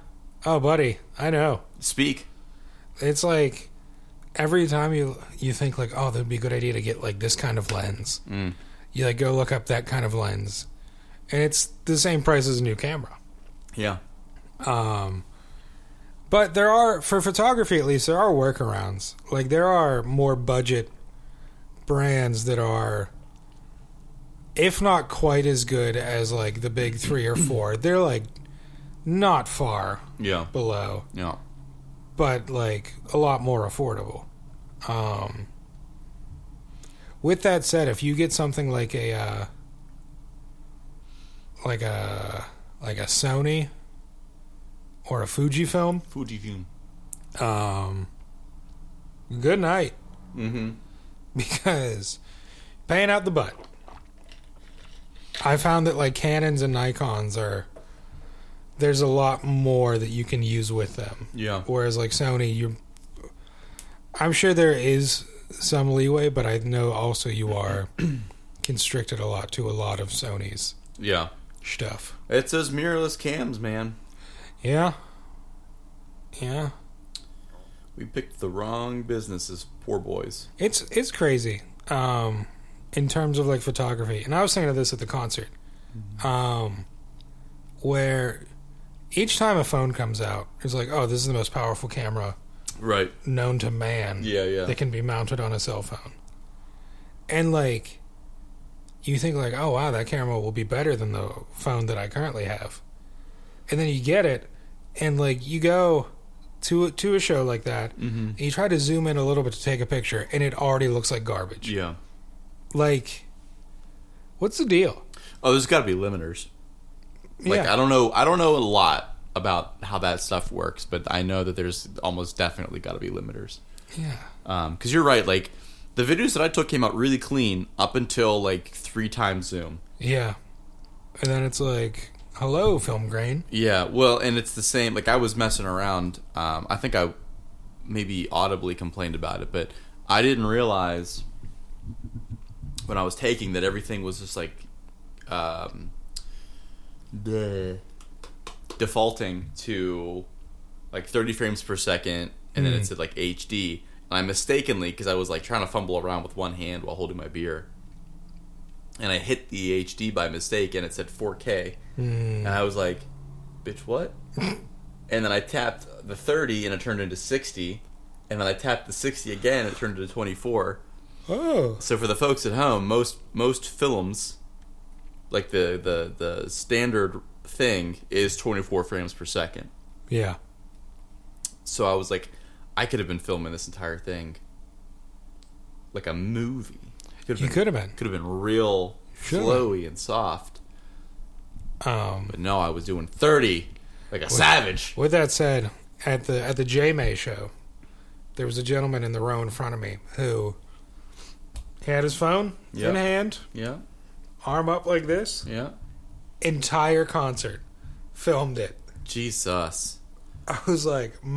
[SPEAKER 2] Oh, buddy, I know.
[SPEAKER 1] Speak.
[SPEAKER 2] It's like every time you you think like, oh, that'd be a good idea to get like this kind of lens. Mm. You like go look up that kind of lens, and it's the same price as a new camera.
[SPEAKER 1] Yeah.
[SPEAKER 2] Um, But there are for photography at least there are workarounds. Like there are more budget brands that are if not quite as good as like the big 3 or 4. They're like not far
[SPEAKER 1] Yeah.
[SPEAKER 2] below,
[SPEAKER 1] Yeah.
[SPEAKER 2] but like a lot more affordable. Um with that said, if you get something like a uh, like a like a Sony or a Fujifilm,
[SPEAKER 1] Fujifilm.
[SPEAKER 2] um, good night
[SPEAKER 1] Mm-hmm.
[SPEAKER 2] because paying out the butt. I found that like Canons and Nikons are there's a lot more that you can use with them,
[SPEAKER 1] Yeah.
[SPEAKER 2] whereas like Sony, you I'm sure there is some leeway, but I know also you are constricted a lot to a lot of Sony's
[SPEAKER 1] Yeah.
[SPEAKER 2] stuff.
[SPEAKER 1] It says mirrorless cams, man.
[SPEAKER 2] Yeah, yeah.
[SPEAKER 1] We picked the wrong businesses, poor boys.
[SPEAKER 2] It's it's crazy um, in terms of like photography, and I was thinking of this at the concert, um, where each time a phone comes out, it's like, oh, this is the most powerful camera
[SPEAKER 1] Right.
[SPEAKER 2] known to man
[SPEAKER 1] Yeah, yeah.
[SPEAKER 2] that can be mounted on a cell phone, and like you think like, oh wow, that camera will be better than the phone that I currently have, and then you get it, and like you go to to a show like that
[SPEAKER 1] Mm-hmm.
[SPEAKER 2] you try to zoom in a little bit to take a picture and it already looks like garbage
[SPEAKER 1] Yeah.
[SPEAKER 2] like what's the deal
[SPEAKER 1] Oh, there's got to be limiters. Like
[SPEAKER 2] yeah
[SPEAKER 1] I don't know, I don't know a lot about how that stuff works, but I know that there's almost definitely got to be limiters.
[SPEAKER 2] yeah
[SPEAKER 1] because you're right. Like the videos that I took came out really clean up until like three times zoom.
[SPEAKER 2] yeah and then it's like hello film grain
[SPEAKER 1] Yeah, well, and it's the same. Like I was messing around. Um, I think I maybe audibly complained about it, but I didn't realize when I was taking that everything was just like um, the defaulting to like 30 frames per second, and then it said like HD. And I mistakenly, because I was like trying to fumble around with one hand while holding my beer, and I hit the HD by mistake, and it said 4K, and I was like, "Bitch, what?" and then I tapped the 30, and it turned into 60, and then I tapped the 60 again, and it turned into 24.
[SPEAKER 2] oh
[SPEAKER 1] So for the folks at home, most most films, like the the the standard thing, is 24 frames per second.
[SPEAKER 2] yeah
[SPEAKER 1] So I was like, I could have been filming this entire thing like a movie. Could
[SPEAKER 2] you
[SPEAKER 1] have
[SPEAKER 2] could have been
[SPEAKER 1] could have been real
[SPEAKER 2] Should've.
[SPEAKER 1] flowy and soft,
[SPEAKER 2] um
[SPEAKER 1] but no, I was doing 30 like a savage.
[SPEAKER 2] with that said at the at the j may show there was a gentleman in the row in front of me who had his phone
[SPEAKER 1] Yeah.
[SPEAKER 2] in hand
[SPEAKER 1] Yeah,
[SPEAKER 2] arm up like this
[SPEAKER 1] yeah. Uh, um,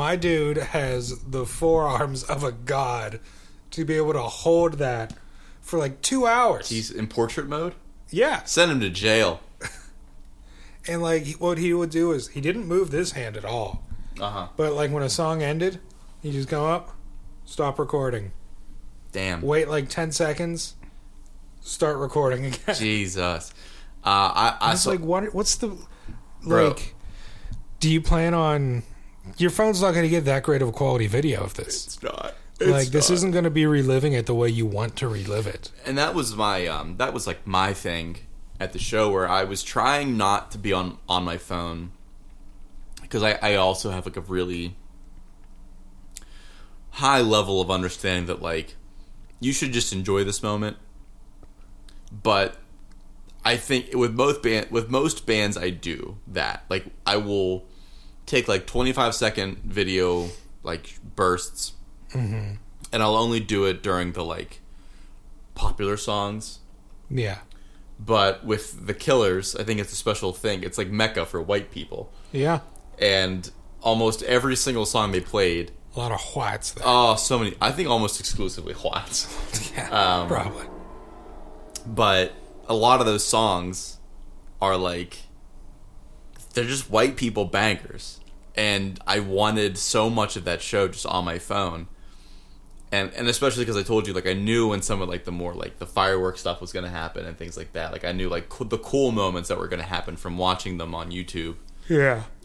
[SPEAKER 1] Oh,
[SPEAKER 2] Yeah.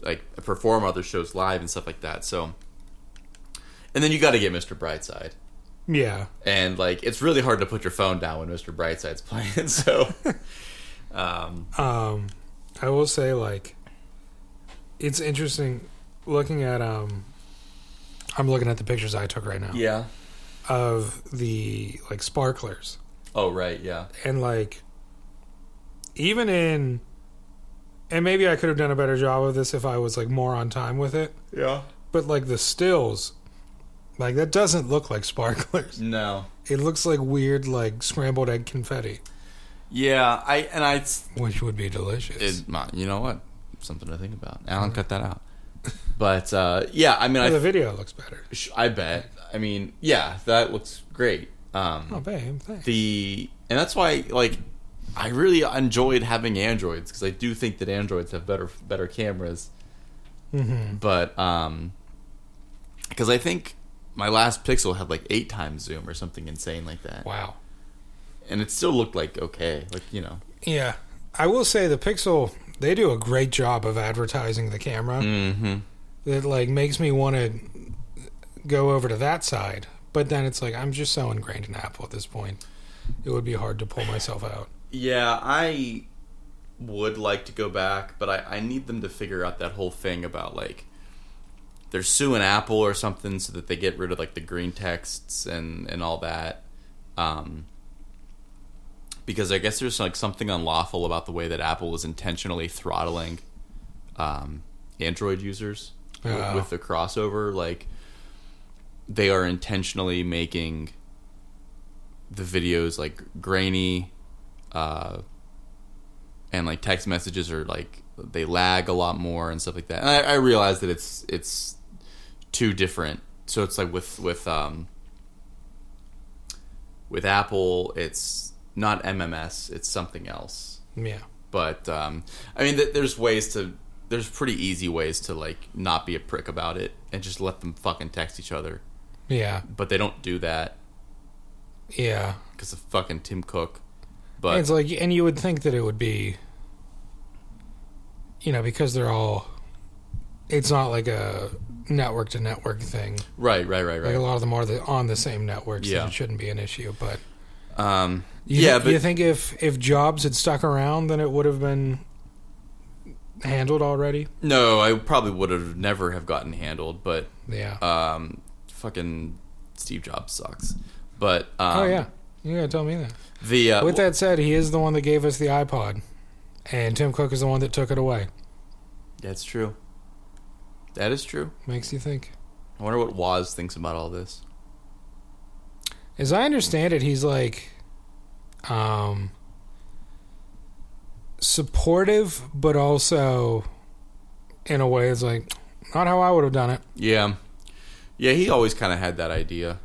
[SPEAKER 1] like perform other shows live and stuff like that. So, and then you got to get Mr. Brightside,
[SPEAKER 2] Yeah.
[SPEAKER 1] and like it's really hard to put your phone down when Mr. Brightside's playing. So, um,
[SPEAKER 2] Um, I will say like, it's interesting looking at um, I'm looking at the pictures I took right now
[SPEAKER 1] yeah.
[SPEAKER 2] of the like sparklers
[SPEAKER 1] Oh right, yeah.
[SPEAKER 2] and like, even in, and maybe I could have done a better job of this if I was like more on time with it,
[SPEAKER 1] Yeah.
[SPEAKER 2] but like the stills. Like that doesn't look like sparklers.
[SPEAKER 1] No.
[SPEAKER 2] It looks like weird, like scrambled egg confetti,
[SPEAKER 1] Yeah, I and I
[SPEAKER 2] which would be delicious.
[SPEAKER 1] It, my, you know what? Something to think about. Alan, cut that out. But uh, yeah, I mean,
[SPEAKER 2] Well, the
[SPEAKER 1] I,
[SPEAKER 2] video looks better.
[SPEAKER 1] sh- I bet. I mean, yeah, that looks great.
[SPEAKER 2] Oh,
[SPEAKER 1] Um,
[SPEAKER 2] babe, thanks.
[SPEAKER 1] the and that's why like I really enjoyed having androids because I do think that androids have better better cameras.
[SPEAKER 2] Mhm.
[SPEAKER 1] But um, because I think my last Pixel had like eight times zoom or something insane like that,
[SPEAKER 2] Wow.
[SPEAKER 1] and it still looked like okay, like you know,
[SPEAKER 2] Yeah. I will say the Pixel, they do a great job of advertising the camera.
[SPEAKER 1] mm-hmm.
[SPEAKER 2] That like makes me want to go over to that side. But then it's like I'm just so ingrained in Apple at this point. It would be hard to pull myself out.
[SPEAKER 1] Yeah, I would like to go back, but I, I need them to figure out that whole thing about like they're suing Apple or something so that they get rid of like the green texts and and all that. Um, because I guess there's like something unlawful about the way that Apple was intentionally throttling um, Android users wi-
[SPEAKER 2] Oh.
[SPEAKER 1] with the crossover. Like they are intentionally making the videos like grainy uh, and like text messages are like they lag a lot more and stuff like that and I, I realize that it's it's two different so it's like with with um with apple it's not mms it's something else
[SPEAKER 2] Yeah.
[SPEAKER 1] but um i mean th- there's ways to there's pretty easy ways to like not be a prick about it and just let them fucking text each other
[SPEAKER 2] Yeah.
[SPEAKER 1] but they don't do that
[SPEAKER 2] Yeah.
[SPEAKER 1] because of fucking tim cook
[SPEAKER 2] And
[SPEAKER 1] but
[SPEAKER 2] it's like and you would think that it would be you know, because they're all it's not like a network to network thing.
[SPEAKER 1] right right right
[SPEAKER 2] Like
[SPEAKER 1] right
[SPEAKER 2] a lot of them are the, on the same network, so
[SPEAKER 1] Yeah.
[SPEAKER 2] it shouldn't be an issue, but
[SPEAKER 1] um
[SPEAKER 2] You
[SPEAKER 1] yeah
[SPEAKER 2] thi-
[SPEAKER 1] but
[SPEAKER 2] you think if if Jobs had stuck around, then it would have been handled already?
[SPEAKER 1] No, I probably would have never have gotten handled, but
[SPEAKER 2] Yeah.
[SPEAKER 1] um, fucking Steve Jobs sucks. But um,
[SPEAKER 2] oh yeah, you gotta tell me that.
[SPEAKER 1] the uh,
[SPEAKER 2] With that said, he is the one that gave us the iPod, and Tim Cook is the one that took it away.
[SPEAKER 1] that's true. That is true.
[SPEAKER 2] Makes you think.
[SPEAKER 1] I wonder what Woz thinks about all this.
[SPEAKER 2] As I understand it, he's like, um, supportive, but also in a way it's like not how I would have done it.
[SPEAKER 1] Yeah, yeah. He always kind of had that idea.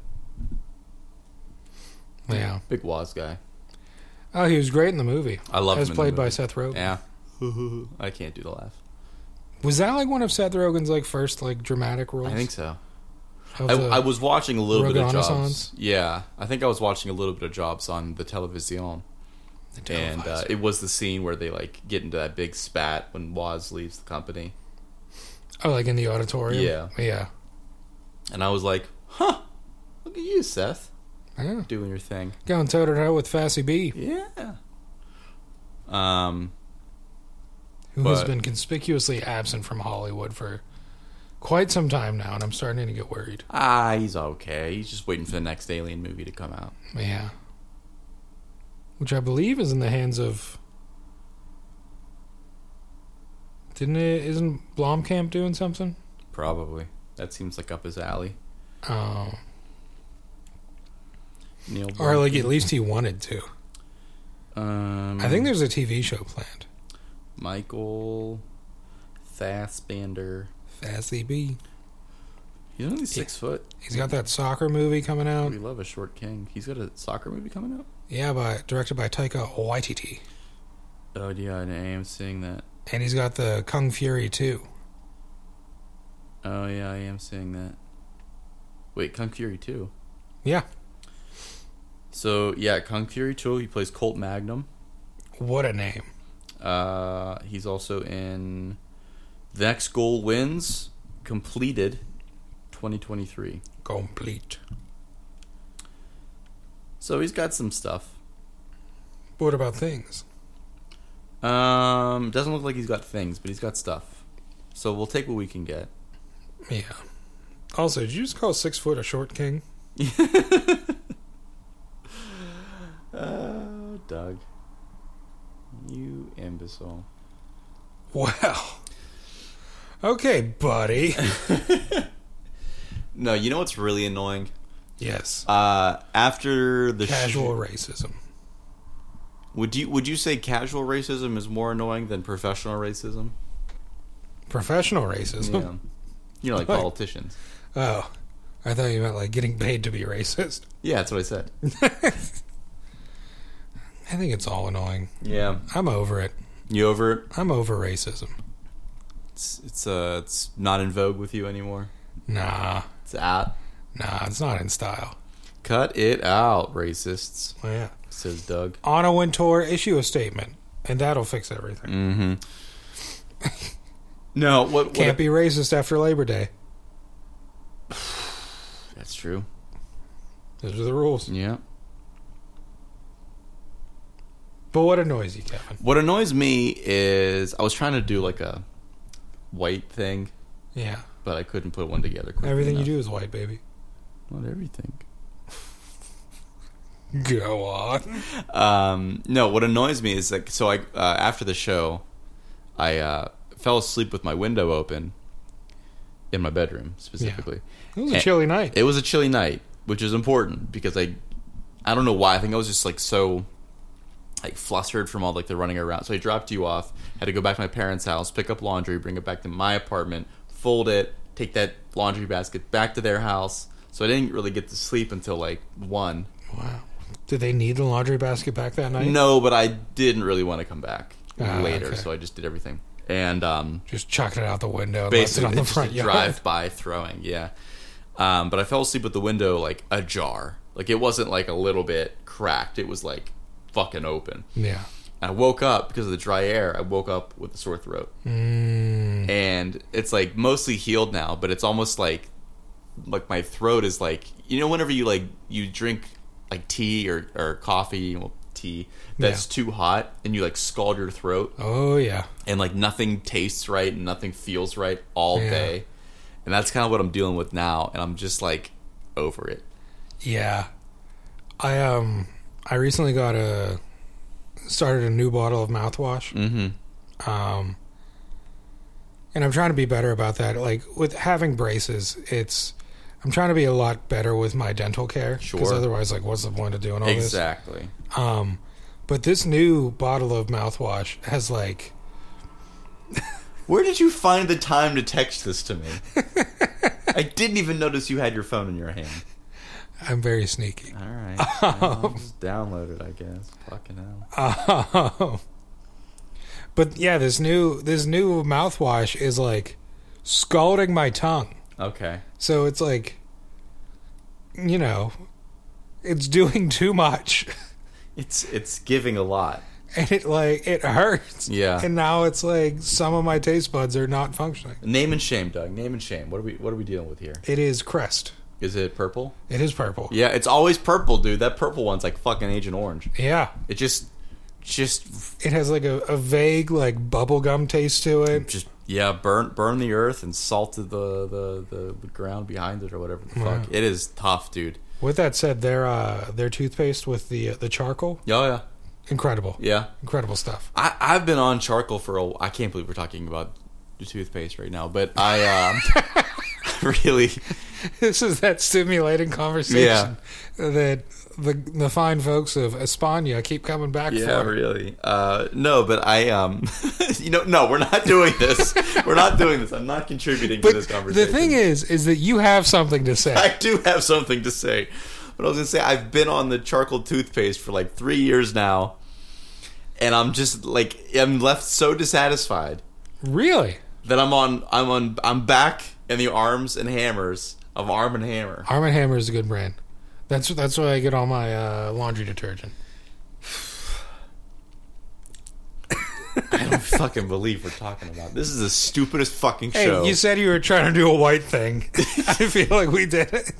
[SPEAKER 2] Yeah.
[SPEAKER 1] Big Woz guy.
[SPEAKER 2] Oh, he was great in the movie.
[SPEAKER 1] I love
[SPEAKER 2] As
[SPEAKER 1] him. in the
[SPEAKER 2] played by
[SPEAKER 1] movie.
[SPEAKER 2] Seth Rogen.
[SPEAKER 1] Yeah. I can't do the laugh.
[SPEAKER 2] Was that like one of Seth Rogen's like first like dramatic roles?
[SPEAKER 1] I think so.
[SPEAKER 2] Of
[SPEAKER 1] I,
[SPEAKER 2] the-
[SPEAKER 1] I was watching a little bit of
[SPEAKER 2] Reconnaissance?
[SPEAKER 1] Jobs. Yeah, I think I was watching a little bit of Jobs on the television.
[SPEAKER 2] the
[SPEAKER 1] and uh,
[SPEAKER 2] televisor.
[SPEAKER 1] it was the scene where they like get into that big spat when Waz leaves the company,
[SPEAKER 2] oh, like in the auditorium.
[SPEAKER 1] Yeah.
[SPEAKER 2] yeah,
[SPEAKER 1] and I was like, "Huh, look at you, Seth,
[SPEAKER 2] yeah.
[SPEAKER 1] doing your thing."
[SPEAKER 2] Going toe to toe with Fassie B,
[SPEAKER 1] Yeah. Um.
[SPEAKER 2] who has
[SPEAKER 1] But-
[SPEAKER 2] been conspicuously absent from Hollywood for quite some time now, and I'm starting to get worried.
[SPEAKER 1] Ah, he's okay. He's just waiting for the next Alien movie to come out.
[SPEAKER 2] Yeah, which I believe is in the hands of. Didn't it? Isn't Blomkamp doing something?
[SPEAKER 1] Probably. That seems like up his alley.
[SPEAKER 2] Oh,
[SPEAKER 1] Neil.
[SPEAKER 2] or
[SPEAKER 1] Blom-
[SPEAKER 2] like at least he wanted to.
[SPEAKER 1] Um,
[SPEAKER 2] I think there's a TV show planned.
[SPEAKER 1] Michael Fassbender.
[SPEAKER 2] Fassie B.
[SPEAKER 1] He's only six foot.
[SPEAKER 2] He's got that soccer movie coming out.
[SPEAKER 1] We love a short king. He's got a soccer movie coming out.
[SPEAKER 2] Yeah, by directed by Taika Waititi,
[SPEAKER 1] Oh yeah, and I am seeing that.
[SPEAKER 2] and he's got the Kung Fury too.
[SPEAKER 1] Oh yeah, I am seeing that. Wait, Kung Fury two.
[SPEAKER 2] Yeah.
[SPEAKER 1] So yeah, Kung Fury two. He plays Colt Magnum.
[SPEAKER 2] What a name!
[SPEAKER 1] Uh, he's also in The next goal wins completed 2023.
[SPEAKER 2] Complete.
[SPEAKER 1] So he's got some stuff.
[SPEAKER 2] What about things?
[SPEAKER 1] Um, doesn't look like he's got things, but he's got stuff. So we'll take what we can get.
[SPEAKER 2] Yeah. Also, did you just call six foot a short king?
[SPEAKER 1] Uh, Doug, you imbecile.
[SPEAKER 2] Wow. Okay, buddy.
[SPEAKER 1] No, you know what's really annoying?
[SPEAKER 2] yes.
[SPEAKER 1] Uh, after the sh-
[SPEAKER 2] Casual racism.
[SPEAKER 1] would you would you say casual racism is more annoying than professional racism?
[SPEAKER 2] Professional racism.
[SPEAKER 1] Yeah. You know, like
[SPEAKER 2] Right.
[SPEAKER 1] politicians.
[SPEAKER 2] Oh, I thought you meant like getting paid to be racist.
[SPEAKER 1] Yeah, that's what I said.
[SPEAKER 2] I think it's all annoying.
[SPEAKER 1] Yeah,
[SPEAKER 2] I'm over it.
[SPEAKER 1] you over it?
[SPEAKER 2] I'm over racism.
[SPEAKER 1] It's it's uh it's not in vogue with you anymore.
[SPEAKER 2] Nah,
[SPEAKER 1] It's out.
[SPEAKER 2] nah, it's not in style.
[SPEAKER 1] Cut it out, racists.
[SPEAKER 2] Well, yeah.
[SPEAKER 1] Says Doug.
[SPEAKER 2] Anna Wintour, issue a statement, and that'll fix everything.
[SPEAKER 1] Mm-hmm. No, what, what
[SPEAKER 2] Can't be racist after Labor Day.
[SPEAKER 1] That's true.
[SPEAKER 2] Those are the rules.
[SPEAKER 1] Yeah.
[SPEAKER 2] But what annoys you, Kevin?
[SPEAKER 1] What annoys me is I was trying to do like a white thing,
[SPEAKER 2] Yeah.
[SPEAKER 1] but I couldn't put one together quickly.
[SPEAKER 2] Everything you
[SPEAKER 1] enough.
[SPEAKER 2] do is white, baby.
[SPEAKER 1] Not everything.
[SPEAKER 2] Go on.
[SPEAKER 1] Um, no, what annoys me is like so. I uh, after the show, I uh, fell asleep with my window open in my bedroom specifically.
[SPEAKER 2] It was a
[SPEAKER 1] Eh.
[SPEAKER 2] chilly night.
[SPEAKER 1] It was a chilly night, which is important because I, I don't know why. I think I was just like so, like flustered from all like the running around. So I dropped you off. Had to go back to my parents' house, pick up laundry, bring it back to my apartment, fold it, take that laundry basket back to their house. So I didn't really get to sleep until like one.
[SPEAKER 2] Wow. Did they need the laundry basket back that night?
[SPEAKER 1] No, but I didn't really want to come back
[SPEAKER 2] Ah,
[SPEAKER 1] later,
[SPEAKER 2] okay.
[SPEAKER 1] so I just did everything. And um,
[SPEAKER 2] Just chucked it out the window and left it
[SPEAKER 1] basically
[SPEAKER 2] on the
[SPEAKER 1] just
[SPEAKER 2] front
[SPEAKER 1] a
[SPEAKER 2] yard.
[SPEAKER 1] drive by throwing yeah um, but i fell asleep with the window like ajar like it wasn't like a little bit cracked it was like fucking open
[SPEAKER 2] Yeah.
[SPEAKER 1] and i woke up because of the dry air i woke up with a sore throat
[SPEAKER 2] Mm,
[SPEAKER 1] and it's like mostly healed now but it's almost like like my throat is like you know whenever you like you drink like tea or, or coffee well, tea that's too hot and you like scald your throat
[SPEAKER 2] oh, yeah.
[SPEAKER 1] and like nothing tastes right and nothing feels right all
[SPEAKER 2] Yeah.
[SPEAKER 1] day. And that's kind of what I'm dealing with now and I'm just like over it.
[SPEAKER 2] Yeah. I um I recently got a started a new bottle of mouthwash.
[SPEAKER 1] Mhm.
[SPEAKER 2] Um and I'm trying to be better about that. Like with having braces, it's I'm trying to be a lot better with my dental care
[SPEAKER 1] Sure.
[SPEAKER 2] otherwise like what's the point of doing all this?
[SPEAKER 1] Exactly.
[SPEAKER 2] Um but this new bottle of mouthwash has like
[SPEAKER 1] Where did you find the time to text this to me? I didn't even notice you had your phone in your hand.
[SPEAKER 2] I'm very sneaky.
[SPEAKER 1] All right. Well, just download it, I guess. Fucking hell.
[SPEAKER 2] Um, but yeah, this new this new mouthwash is like scalding my tongue.
[SPEAKER 1] Okay.
[SPEAKER 2] So it's like, you know, it's doing too much,
[SPEAKER 1] It's it's giving a lot.
[SPEAKER 2] and it like it hurts.
[SPEAKER 1] Yeah.
[SPEAKER 2] And now it's like some of my taste buds are not functioning.
[SPEAKER 1] Name and shame, Doug. Name and shame. What are we what are we dealing with here?
[SPEAKER 2] It is Crest.
[SPEAKER 1] Is it purple?
[SPEAKER 2] It is purple.
[SPEAKER 1] Yeah, it's always purple, dude. That purple one's like fucking Agent Orange.
[SPEAKER 2] Yeah.
[SPEAKER 1] It just just
[SPEAKER 2] It has like a, a vague like bubblegum taste to it.
[SPEAKER 1] just yeah, burn burn the earth and salted the the, the, the ground behind it or whatever the
[SPEAKER 2] Wow.
[SPEAKER 1] fuck. It is tough, dude.
[SPEAKER 2] With that said, their uh their toothpaste with the uh, the charcoal,
[SPEAKER 1] Yeah, yeah,
[SPEAKER 2] incredible,
[SPEAKER 1] yeah.
[SPEAKER 2] incredible stuff.
[SPEAKER 1] I I've been on charcoal for a. I can't believe we're talking about the toothpaste right now, but I um really
[SPEAKER 2] This is that stimulating conversation that the the fine folks of España keep coming back
[SPEAKER 1] yeah
[SPEAKER 2] for.
[SPEAKER 1] really uh no, but I um you know no we're not doing this we're not doing this. I'm not contributing to this conversation.
[SPEAKER 2] The thing is, is that you have something to say.
[SPEAKER 1] I do have something to say. But I was gonna say I've been on the charcoal toothpaste for like three years now, and I'm just like I'm left so dissatisfied
[SPEAKER 2] really?
[SPEAKER 1] that I'm on I'm on I'm back in the arms and hammers of Arm and Hammer.
[SPEAKER 2] Arm & Hammer is a good brand. That's that's where I get all my uh, laundry detergent.
[SPEAKER 1] I don't fucking believe we're talking about this. Is the stupidest fucking
[SPEAKER 2] Hey,
[SPEAKER 1] show.
[SPEAKER 2] you said you were trying to do a white thing. I feel like we did it.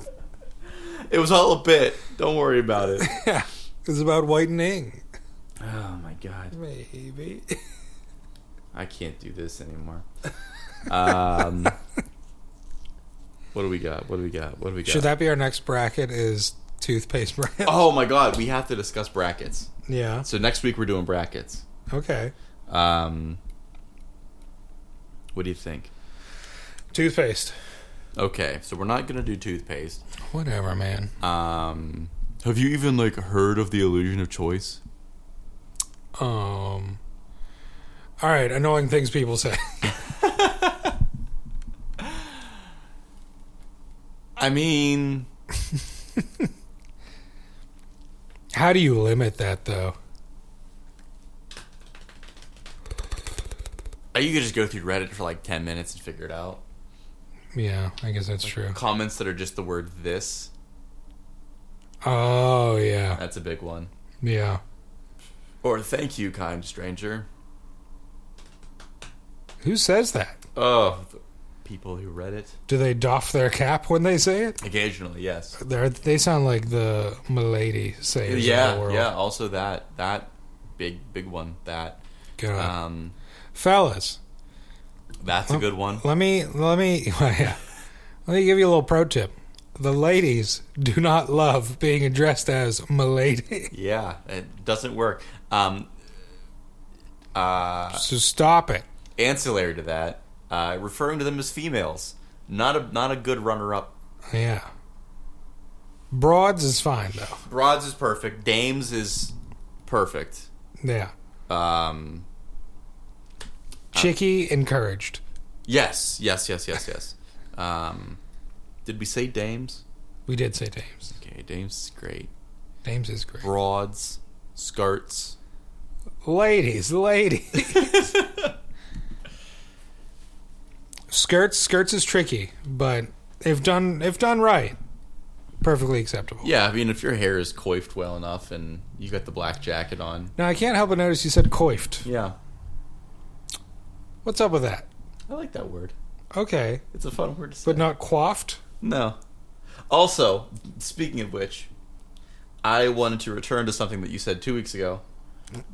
[SPEAKER 1] it was all a bit. Don't worry about it.
[SPEAKER 2] Yeah, it's about whitening.
[SPEAKER 1] oh my god.
[SPEAKER 2] Maybe.
[SPEAKER 1] I can't do this anymore. Um, what do we got? What do we got? What do we got?
[SPEAKER 2] Should that be our next bracket? Is toothpaste brand?
[SPEAKER 1] oh my god, we have to discuss brackets.
[SPEAKER 2] Yeah.
[SPEAKER 1] So next week we're doing brackets.
[SPEAKER 2] Okay.
[SPEAKER 1] Um, what do you think?
[SPEAKER 2] Toothpaste.
[SPEAKER 1] Okay, so we're not gonna do toothpaste.
[SPEAKER 2] Whatever, man.
[SPEAKER 1] Um, have you even like heard of the illusion of choice?
[SPEAKER 2] Um. All right. Annoying things people say.
[SPEAKER 1] I mean,
[SPEAKER 2] How do you limit that though?
[SPEAKER 1] you could just go through Reddit for like ten minutes and figure it out.
[SPEAKER 2] Yeah, I guess that's true.
[SPEAKER 1] Comments that are just the word "this"
[SPEAKER 2] Oh yeah,
[SPEAKER 1] that's a big one.
[SPEAKER 2] yeah,
[SPEAKER 1] Or "thank you, kind stranger."
[SPEAKER 2] Who says that?
[SPEAKER 1] Oh, the people who read it
[SPEAKER 2] Do they doff their cap when they say it?
[SPEAKER 1] occasionally, yes.
[SPEAKER 2] They're, they sound like the milady sayers of the
[SPEAKER 1] yeah,
[SPEAKER 2] world.
[SPEAKER 1] yeah. Also that that big big one that
[SPEAKER 2] God.
[SPEAKER 1] um
[SPEAKER 2] fellas.
[SPEAKER 1] that's a good one.
[SPEAKER 2] Let me let me well, yeah. let me give you a little pro tip. The ladies do not love being addressed as milady,
[SPEAKER 1] Yeah, it doesn't work. Um, uh,
[SPEAKER 2] so stop it.
[SPEAKER 1] ancillary to that, uh, referring to them as females, not a not a good runner up.
[SPEAKER 2] Yeah, broads is fine though.
[SPEAKER 1] Broads is perfect. Dames is perfect.
[SPEAKER 2] Yeah,
[SPEAKER 1] Um,
[SPEAKER 2] chicky encouraged.
[SPEAKER 1] yes, yes, yes, yes, yes. Um, did we say dames?
[SPEAKER 2] We did say dames.
[SPEAKER 1] Okay, dames is great.
[SPEAKER 2] Dames is great.
[SPEAKER 1] Broads, skirts.
[SPEAKER 2] Ladies, ladies. skirts, skirts is tricky, but if done if done right, perfectly acceptable.
[SPEAKER 1] Yeah, I mean, if your hair is coiffed well enough and you got the black jacket on.
[SPEAKER 2] Now I can't help but notice you said coiffed.
[SPEAKER 1] Yeah.
[SPEAKER 2] What's up with that?
[SPEAKER 1] I like that word.
[SPEAKER 2] Okay,
[SPEAKER 1] It's a fun word to say.
[SPEAKER 2] but not coiffed.
[SPEAKER 1] no. Also, speaking of which, I wanted to return to something that you said two weeks ago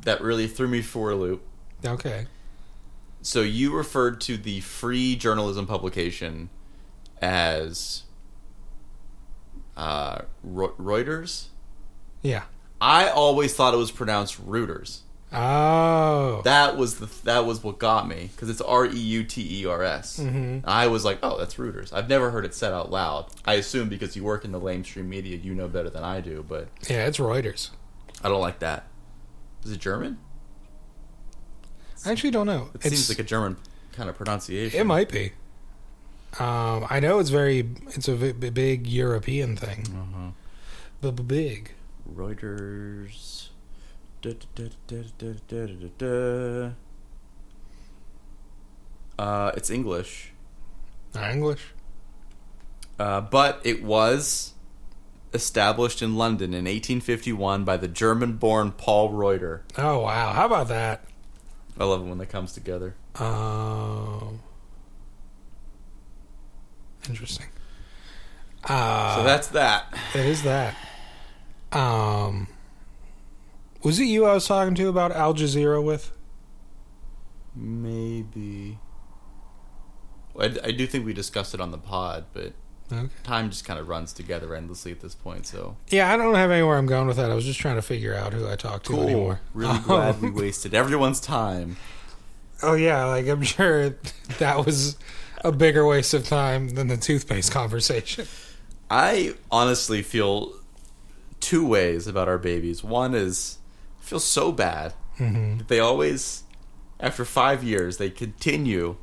[SPEAKER 1] that really threw me for a loop.
[SPEAKER 2] Okay.
[SPEAKER 1] So you referred to the free journalism publication as uh, Reu- Reuters.
[SPEAKER 2] Yeah.
[SPEAKER 1] I always thought it was pronounced Reuters.
[SPEAKER 2] Oh.
[SPEAKER 1] That was the that was what got me because it's R E U T E R S. I was like, oh, that's Reuters. I've never heard it said out loud. I assume because you work in the mainstream media, you know better than I do. But
[SPEAKER 2] yeah, it's Reuters.
[SPEAKER 1] I don't like that. Is it German?
[SPEAKER 2] I actually don't know.
[SPEAKER 1] It
[SPEAKER 2] It's-
[SPEAKER 1] seems like a German kind of pronunciation.
[SPEAKER 2] it might be. Um, I know it's very. It's a v- b- big European thing.
[SPEAKER 1] Uh-huh.
[SPEAKER 2] B- b- big.
[SPEAKER 1] Reuters. Da, da, da, da, da, da, da, da. Uh, it's English.
[SPEAKER 2] Not English.
[SPEAKER 1] Uh, but it was established in London in 1851 by the German born Paul Reuter.
[SPEAKER 2] Oh wow! How about that?
[SPEAKER 1] I love it when that comes together.
[SPEAKER 2] Um, interesting. Uh,
[SPEAKER 1] So that's that.
[SPEAKER 2] it is that. Um, was it you I was talking to about Al Jazeera with?
[SPEAKER 1] Maybe. I, I do think we discussed it on the pod, but
[SPEAKER 2] Okay.
[SPEAKER 1] time just kind of runs together endlessly at this point, so.
[SPEAKER 2] Yeah, I don't have anywhere I'm going with that. I was just trying to figure out who I talked to anymore.
[SPEAKER 1] Really glad we wasted everyone's time.
[SPEAKER 2] Oh yeah, like I'm sure that was a bigger waste of time than the toothpaste conversation.
[SPEAKER 1] I honestly feel two ways about our babies. One is I feel so bad
[SPEAKER 2] Mm-hmm.
[SPEAKER 1] that they always, after five years, they continue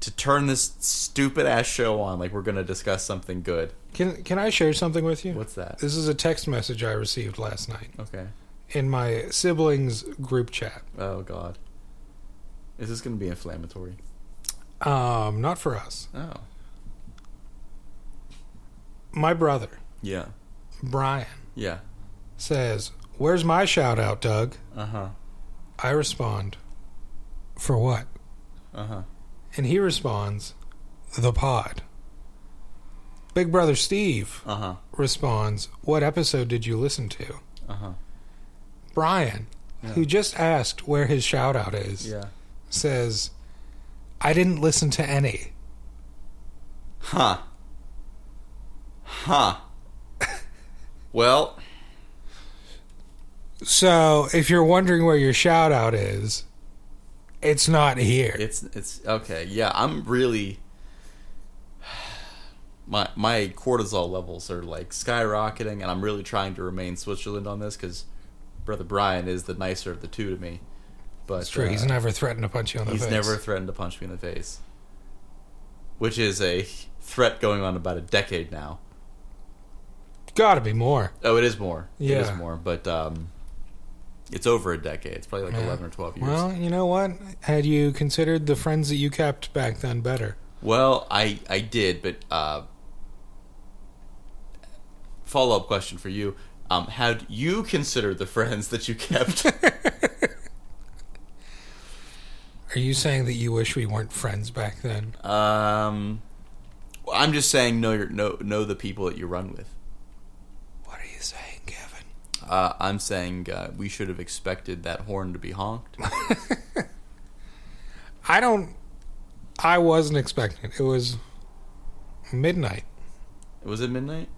[SPEAKER 1] to turn this stupid ass show on like we're going to discuss something good.
[SPEAKER 2] Can Can I share something with you?
[SPEAKER 1] What's that?
[SPEAKER 2] This is a text message I received last night
[SPEAKER 1] Okay.
[SPEAKER 2] in my siblings group chat.
[SPEAKER 1] Oh, God. Is this going to be inflammatory?
[SPEAKER 2] Um, not for us.
[SPEAKER 1] Oh.
[SPEAKER 2] My brother,
[SPEAKER 1] Yeah.
[SPEAKER 2] Brian,
[SPEAKER 1] Yeah.
[SPEAKER 2] says, Where's my shout out, Doug?
[SPEAKER 1] Uh huh.
[SPEAKER 2] I respond, for what?
[SPEAKER 1] Uh huh.
[SPEAKER 2] And he responds, the pod. Big brother Steve
[SPEAKER 1] Uh huh.
[SPEAKER 2] responds, what episode did you listen to?
[SPEAKER 1] Uh huh.
[SPEAKER 2] Brian, who just asked where his shout out is,
[SPEAKER 1] Yeah.
[SPEAKER 2] says, I didn't listen to any.
[SPEAKER 1] Huh. Huh. well,
[SPEAKER 2] So if you're wondering where your shout out is, it's not here.
[SPEAKER 1] it's it's okay. Yeah, I'm really my my cortisol levels are like skyrocketing, and I'm really trying to remain Switzerland on this because brother Brian is the nicer of the two to me. But
[SPEAKER 2] It's true.
[SPEAKER 1] uh,
[SPEAKER 2] He's never threatened to punch you on the
[SPEAKER 1] He's
[SPEAKER 2] face.
[SPEAKER 1] never threatened to punch me in the face, which is a threat going on about a decade now.
[SPEAKER 2] Gotta be more.
[SPEAKER 1] Oh, it is more. It
[SPEAKER 2] Yeah.
[SPEAKER 1] is more, but um, it's over a decade. It's probably like
[SPEAKER 2] Yeah.
[SPEAKER 1] eleven or twelve years.
[SPEAKER 2] Well, you know what? Had you considered the friends that you kept back then better?
[SPEAKER 1] Well, I I did, but uh, follow up question for you: um, How do you consider the friends that you kept?
[SPEAKER 2] Are you saying that you wish we weren't friends back then?
[SPEAKER 1] um, well, I'm just saying, know your know know the people that you run with.
[SPEAKER 2] What are you saying, Kevin?
[SPEAKER 1] Uh, I'm saying uh, we should have expected that horn to be honked.
[SPEAKER 2] I don't. I wasn't expecting it. It was midnight.
[SPEAKER 1] Was it midnight?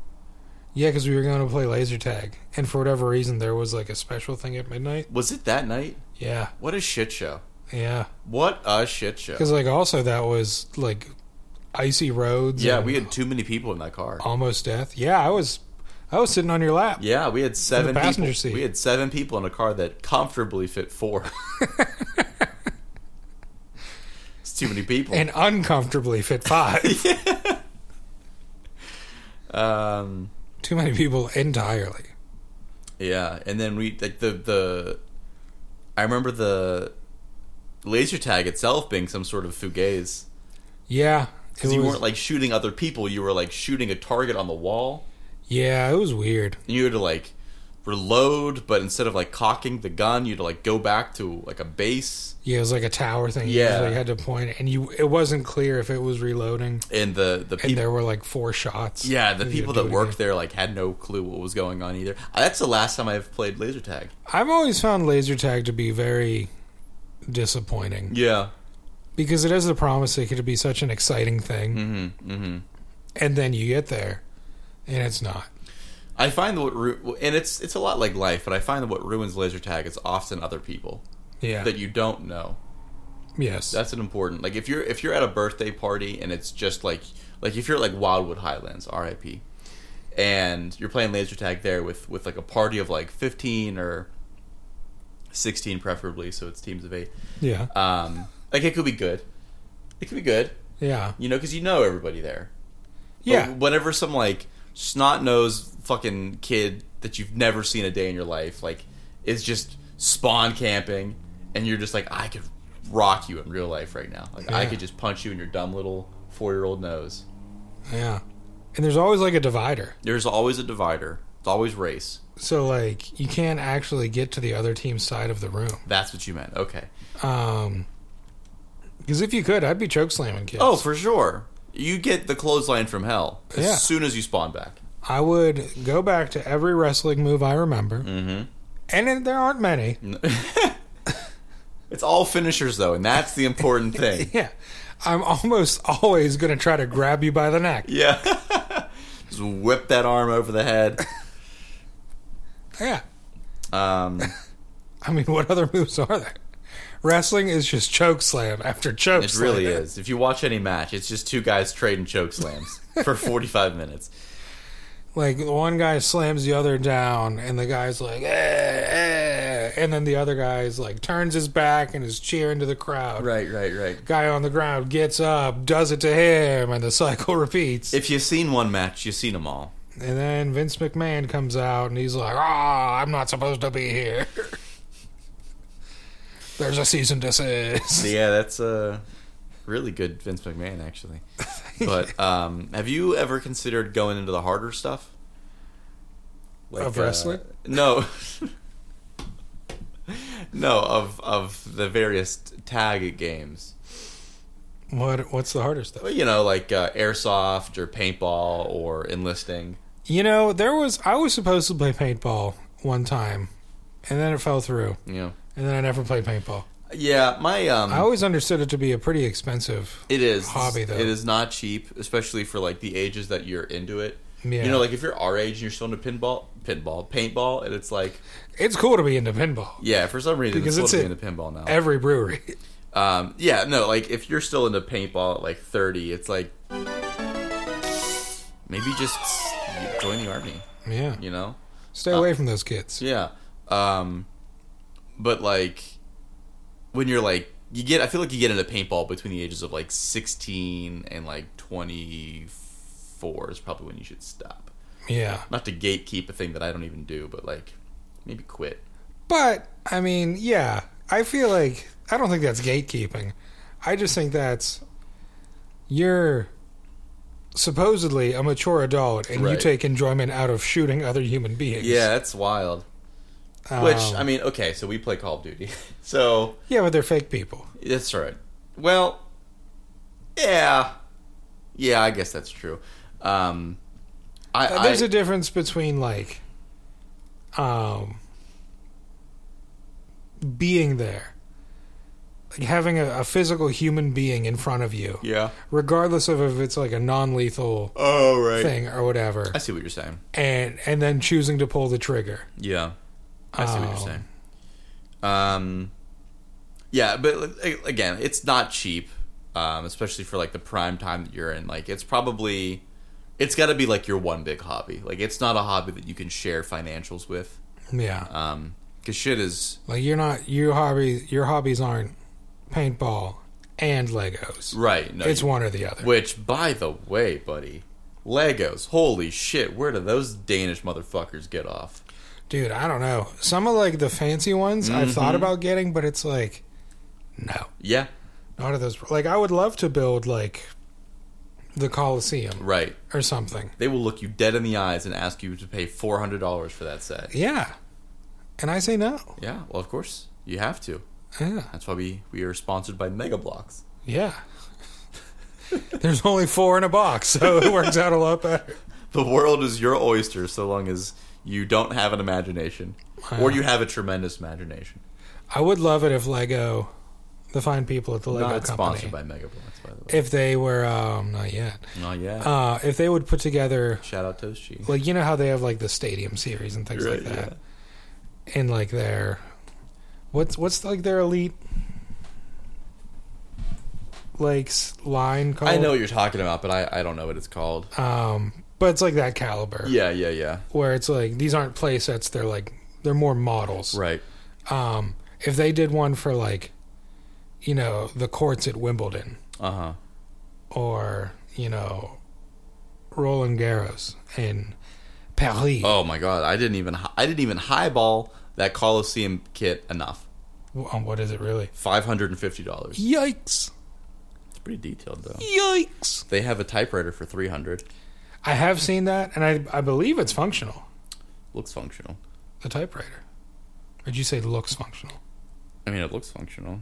[SPEAKER 2] Yeah, because we were going to play laser tag, and for whatever reason, there was like a special thing at midnight.
[SPEAKER 1] Was it that night?
[SPEAKER 2] Yeah,
[SPEAKER 1] What a shit show!
[SPEAKER 2] yeah.
[SPEAKER 1] What a shit show!
[SPEAKER 2] Because like also that was like icy roads.
[SPEAKER 1] Yeah,
[SPEAKER 2] and
[SPEAKER 1] we had too many people in that car.
[SPEAKER 2] almost death. Yeah, I was, I was sitting on your lap.
[SPEAKER 1] Yeah, we had seven
[SPEAKER 2] passenger
[SPEAKER 1] people.
[SPEAKER 2] seat.
[SPEAKER 1] We had seven people in a car that comfortably fit four. it's too many people.
[SPEAKER 2] and uncomfortably fit five.
[SPEAKER 1] um,
[SPEAKER 2] Too many people entirely.
[SPEAKER 1] yeah, and then we like the the. I remember the laser tag itself being some sort of fugaze
[SPEAKER 2] Yeah, it
[SPEAKER 1] because you
[SPEAKER 2] was-
[SPEAKER 1] weren't like shooting other people; you were like shooting a target on the wall,
[SPEAKER 2] yeah, it was weird.
[SPEAKER 1] and you had to like reload, but instead of like cocking the gun, you had to like go back to like a base.
[SPEAKER 2] Yeah, it was like a tower thing. You
[SPEAKER 1] Yeah.
[SPEAKER 2] just, like, had to point, and you it wasn't clear if it was reloading,
[SPEAKER 1] And the the
[SPEAKER 2] and
[SPEAKER 1] people
[SPEAKER 2] there were like four shots.
[SPEAKER 1] Yeah, the
[SPEAKER 2] You had to
[SPEAKER 1] people
[SPEAKER 2] do
[SPEAKER 1] that
[SPEAKER 2] it
[SPEAKER 1] worked
[SPEAKER 2] again.
[SPEAKER 1] there like had no clue what was going on either. Uh, That's the last time I've played laser tag.
[SPEAKER 2] I've always found laser tag to be very disappointing
[SPEAKER 1] Yeah.
[SPEAKER 2] because it has the promise it could be such an exciting thing,
[SPEAKER 1] Mm-hmm. Mm-hmm.
[SPEAKER 2] and then you get there, and it's not.
[SPEAKER 1] I find that what ru- and it's it's a lot like life, but I find that what ruins laser tag is often other people
[SPEAKER 2] Yeah.
[SPEAKER 1] that you don't know.
[SPEAKER 2] yes.
[SPEAKER 1] That's an important. Like if you're if you're at a birthday party and it's just like like if you're at like Wildwood Highlands, RIP, and you're playing laser tag there with with like a party of like 15 or 16 preferably, so it's teams of 8.
[SPEAKER 2] yeah.
[SPEAKER 1] Um like it could be good. It could be good.
[SPEAKER 2] Yeah.
[SPEAKER 1] You know, because you know everybody there. But
[SPEAKER 2] Yeah.
[SPEAKER 1] whenever some like snot nosed fucking kid that you've never seen a day in your life, like, is just spawn camping, and you're just like, I could rock you in real life right now. Like, I
[SPEAKER 2] Yeah.
[SPEAKER 1] could just punch you in your dumb little four year old nose.
[SPEAKER 2] Yeah. And there's always like a divider.
[SPEAKER 1] There's always a divider. It's always race.
[SPEAKER 2] So like you can't actually get to the other team's side of the room.
[SPEAKER 1] That's what you meant. Okay.
[SPEAKER 2] Um because if you could, I'd be choke slamming kids.
[SPEAKER 1] Oh, for sure. You get the clothesline from hell as
[SPEAKER 2] Yeah.
[SPEAKER 1] soon as you spawn back.
[SPEAKER 2] I would go back to every wrestling move I remember,
[SPEAKER 1] Mm-hmm. Mm.
[SPEAKER 2] and it, there aren't many.
[SPEAKER 1] It's all finishers though, and that's the important thing.
[SPEAKER 2] Yeah, I'm almost always going to try to grab you by the neck.
[SPEAKER 1] Yeah. Just whip that arm over the head.
[SPEAKER 2] Yeah,
[SPEAKER 1] Um,
[SPEAKER 2] I mean, what other moves are there? Wrestling is just choke slam after choke
[SPEAKER 1] it
[SPEAKER 2] slam.
[SPEAKER 1] really is. If you watch any match, it's just two guys trading choke slams for 45 minutes.
[SPEAKER 2] Like one guy slams the other down, and the guy's like, eh, eh, and then the other guy's like turns his back and is cheering to the crowd.
[SPEAKER 1] Right, right, right.
[SPEAKER 2] Guy on the ground gets up, does it to him, and the cycle repeats.
[SPEAKER 1] If you've seen one match, you've seen them all.
[SPEAKER 2] And then Vince McMahon comes out and he's like, "Ah, I'm not supposed to be here. There's a season desist."
[SPEAKER 1] Yeah, that's a really good Vince McMahon, actually. But um, have you ever considered going into the harder stuff?
[SPEAKER 2] Of wrestling?
[SPEAKER 1] Uh, no. No, of of the various tag games.
[SPEAKER 2] What What's the harder stuff?
[SPEAKER 1] Well, You know, like uh, airsoft or paintball or enlisting.
[SPEAKER 2] You know, there was I was supposed to play paintball one time, and then it fell through,
[SPEAKER 1] You know.
[SPEAKER 2] and then I never played paintball.
[SPEAKER 1] Yeah, my um.
[SPEAKER 2] I always understood it to be a pretty expensive.
[SPEAKER 1] It is
[SPEAKER 2] hobby, though.
[SPEAKER 1] It is not cheap, especially for like the ages that you're into it.
[SPEAKER 2] Yeah.
[SPEAKER 1] You know, like if you're our age and you're still into pinball, pinball, paintball, and it's like,
[SPEAKER 2] It's cool to be into pinball.
[SPEAKER 1] yeah, for some reason
[SPEAKER 2] Because
[SPEAKER 1] it's
[SPEAKER 2] it's
[SPEAKER 1] still
[SPEAKER 2] a-
[SPEAKER 1] into pinball now.
[SPEAKER 2] Every brewery.
[SPEAKER 1] Um, yeah, no, like if you're still into paintball at like 30, it's like maybe just join the army.
[SPEAKER 2] Yeah.
[SPEAKER 1] You know?
[SPEAKER 2] Stay away from those kids.
[SPEAKER 1] Yeah. Um, but like when you're like you get, I feel like you get into paintball between the ages of like 16 and like 24 is probably when you should stop.
[SPEAKER 2] Yeah.
[SPEAKER 1] Not to gatekeep a thing that I don't even do, but like maybe quit.
[SPEAKER 2] But I mean, yeah, I feel like I don't think that's gatekeeping. I just think that's you're supposedly a mature adult and you
[SPEAKER 1] Right.
[SPEAKER 2] take enjoyment out of shooting other human beings.
[SPEAKER 1] Yeah, that's wild.
[SPEAKER 2] Um,
[SPEAKER 1] Which I mean, okay, so we play Call of Duty, so
[SPEAKER 2] yeah, but they're fake people.
[SPEAKER 1] that's right. Well, yeah, yeah, I guess that's true. Um, I,
[SPEAKER 2] Uh,
[SPEAKER 1] I
[SPEAKER 2] There's a difference between like, um, being there, like having a, a physical human being in front of you,
[SPEAKER 1] yeah.
[SPEAKER 2] regardless of if it's like a non-lethal
[SPEAKER 1] Oh right.
[SPEAKER 2] thing or whatever.
[SPEAKER 1] I see what you're saying.
[SPEAKER 2] and and then choosing to pull the trigger.
[SPEAKER 1] Yeah, I see what you're
[SPEAKER 2] Um,
[SPEAKER 1] saying. Um, yeah, but like, again, it's not cheap, um, especially for like the prime time that you're in. Like, it's probably it's got to be like your one big hobby. Like, it's not a hobby that you can share financials with,
[SPEAKER 2] Yeah,
[SPEAKER 1] because shit is
[SPEAKER 2] like you're not your hobby. Your hobbies aren't paintball and Legos.
[SPEAKER 1] right. No,
[SPEAKER 2] It's
[SPEAKER 1] you-
[SPEAKER 2] one or the other.
[SPEAKER 1] which, by the way, buddy, Legos. Holy shit, where do those Danish motherfuckers get off?
[SPEAKER 2] Dude, I don't know. Some of like the fancy ones I've thought
[SPEAKER 1] Mm-hmm.
[SPEAKER 2] about getting, but it's like, no,
[SPEAKER 1] Yeah,
[SPEAKER 2] none of those. Like I would love to build like the Coliseum
[SPEAKER 1] right.
[SPEAKER 2] or something.
[SPEAKER 1] They will look you dead in the eyes and ask you to pay four hundred dollars for that set.
[SPEAKER 2] Yeah, and I say no.
[SPEAKER 1] Yeah, well, of course you have to.
[SPEAKER 2] Yeah,
[SPEAKER 1] That's why we we are sponsored by Mega Blocks.
[SPEAKER 2] yeah. There's only four in a box, so it works out a lot better.
[SPEAKER 1] The world is your oyster, so long as you don't have an imagination, or you have a tremendous imagination.
[SPEAKER 2] I would love it if Lego, the fine people at the Lego
[SPEAKER 1] Not
[SPEAKER 2] company,
[SPEAKER 1] sponsored by Mega Blocks, by the way.
[SPEAKER 2] if they were um, not yet,
[SPEAKER 1] Not yet.
[SPEAKER 2] uh, if they would put together
[SPEAKER 1] Shout out Toast Cheese.
[SPEAKER 2] like you know how they have like the stadium series and things
[SPEAKER 1] Right,
[SPEAKER 2] like that, and like their what's what's like their elite like s- line called
[SPEAKER 1] I know what you're talking about, but I, I don't know what it's called.
[SPEAKER 2] um, but it's like that caliber
[SPEAKER 1] Yeah, yeah, yeah.
[SPEAKER 2] where it's like these aren't play sets, they're like they're more models.
[SPEAKER 1] Right.
[SPEAKER 2] Um, if they did one for like, you know, the courts at Wimbledon.
[SPEAKER 1] Uh huh.
[SPEAKER 2] or you know Roland Garros in Paris.
[SPEAKER 1] Oh my God, I didn't even hi- I didn't even highball that Coliseum kit enough.
[SPEAKER 2] Um, What is it really?
[SPEAKER 1] Five hundred and fifty dollars.
[SPEAKER 2] Yikes!
[SPEAKER 1] It's pretty detailed though.
[SPEAKER 2] Yikes!
[SPEAKER 1] They have a typewriter for three hundred.
[SPEAKER 2] I have seen that, and I I believe it's functional.
[SPEAKER 1] Looks functional.
[SPEAKER 2] The typewriter. Or did you say looks functional?
[SPEAKER 1] I mean, it looks functional.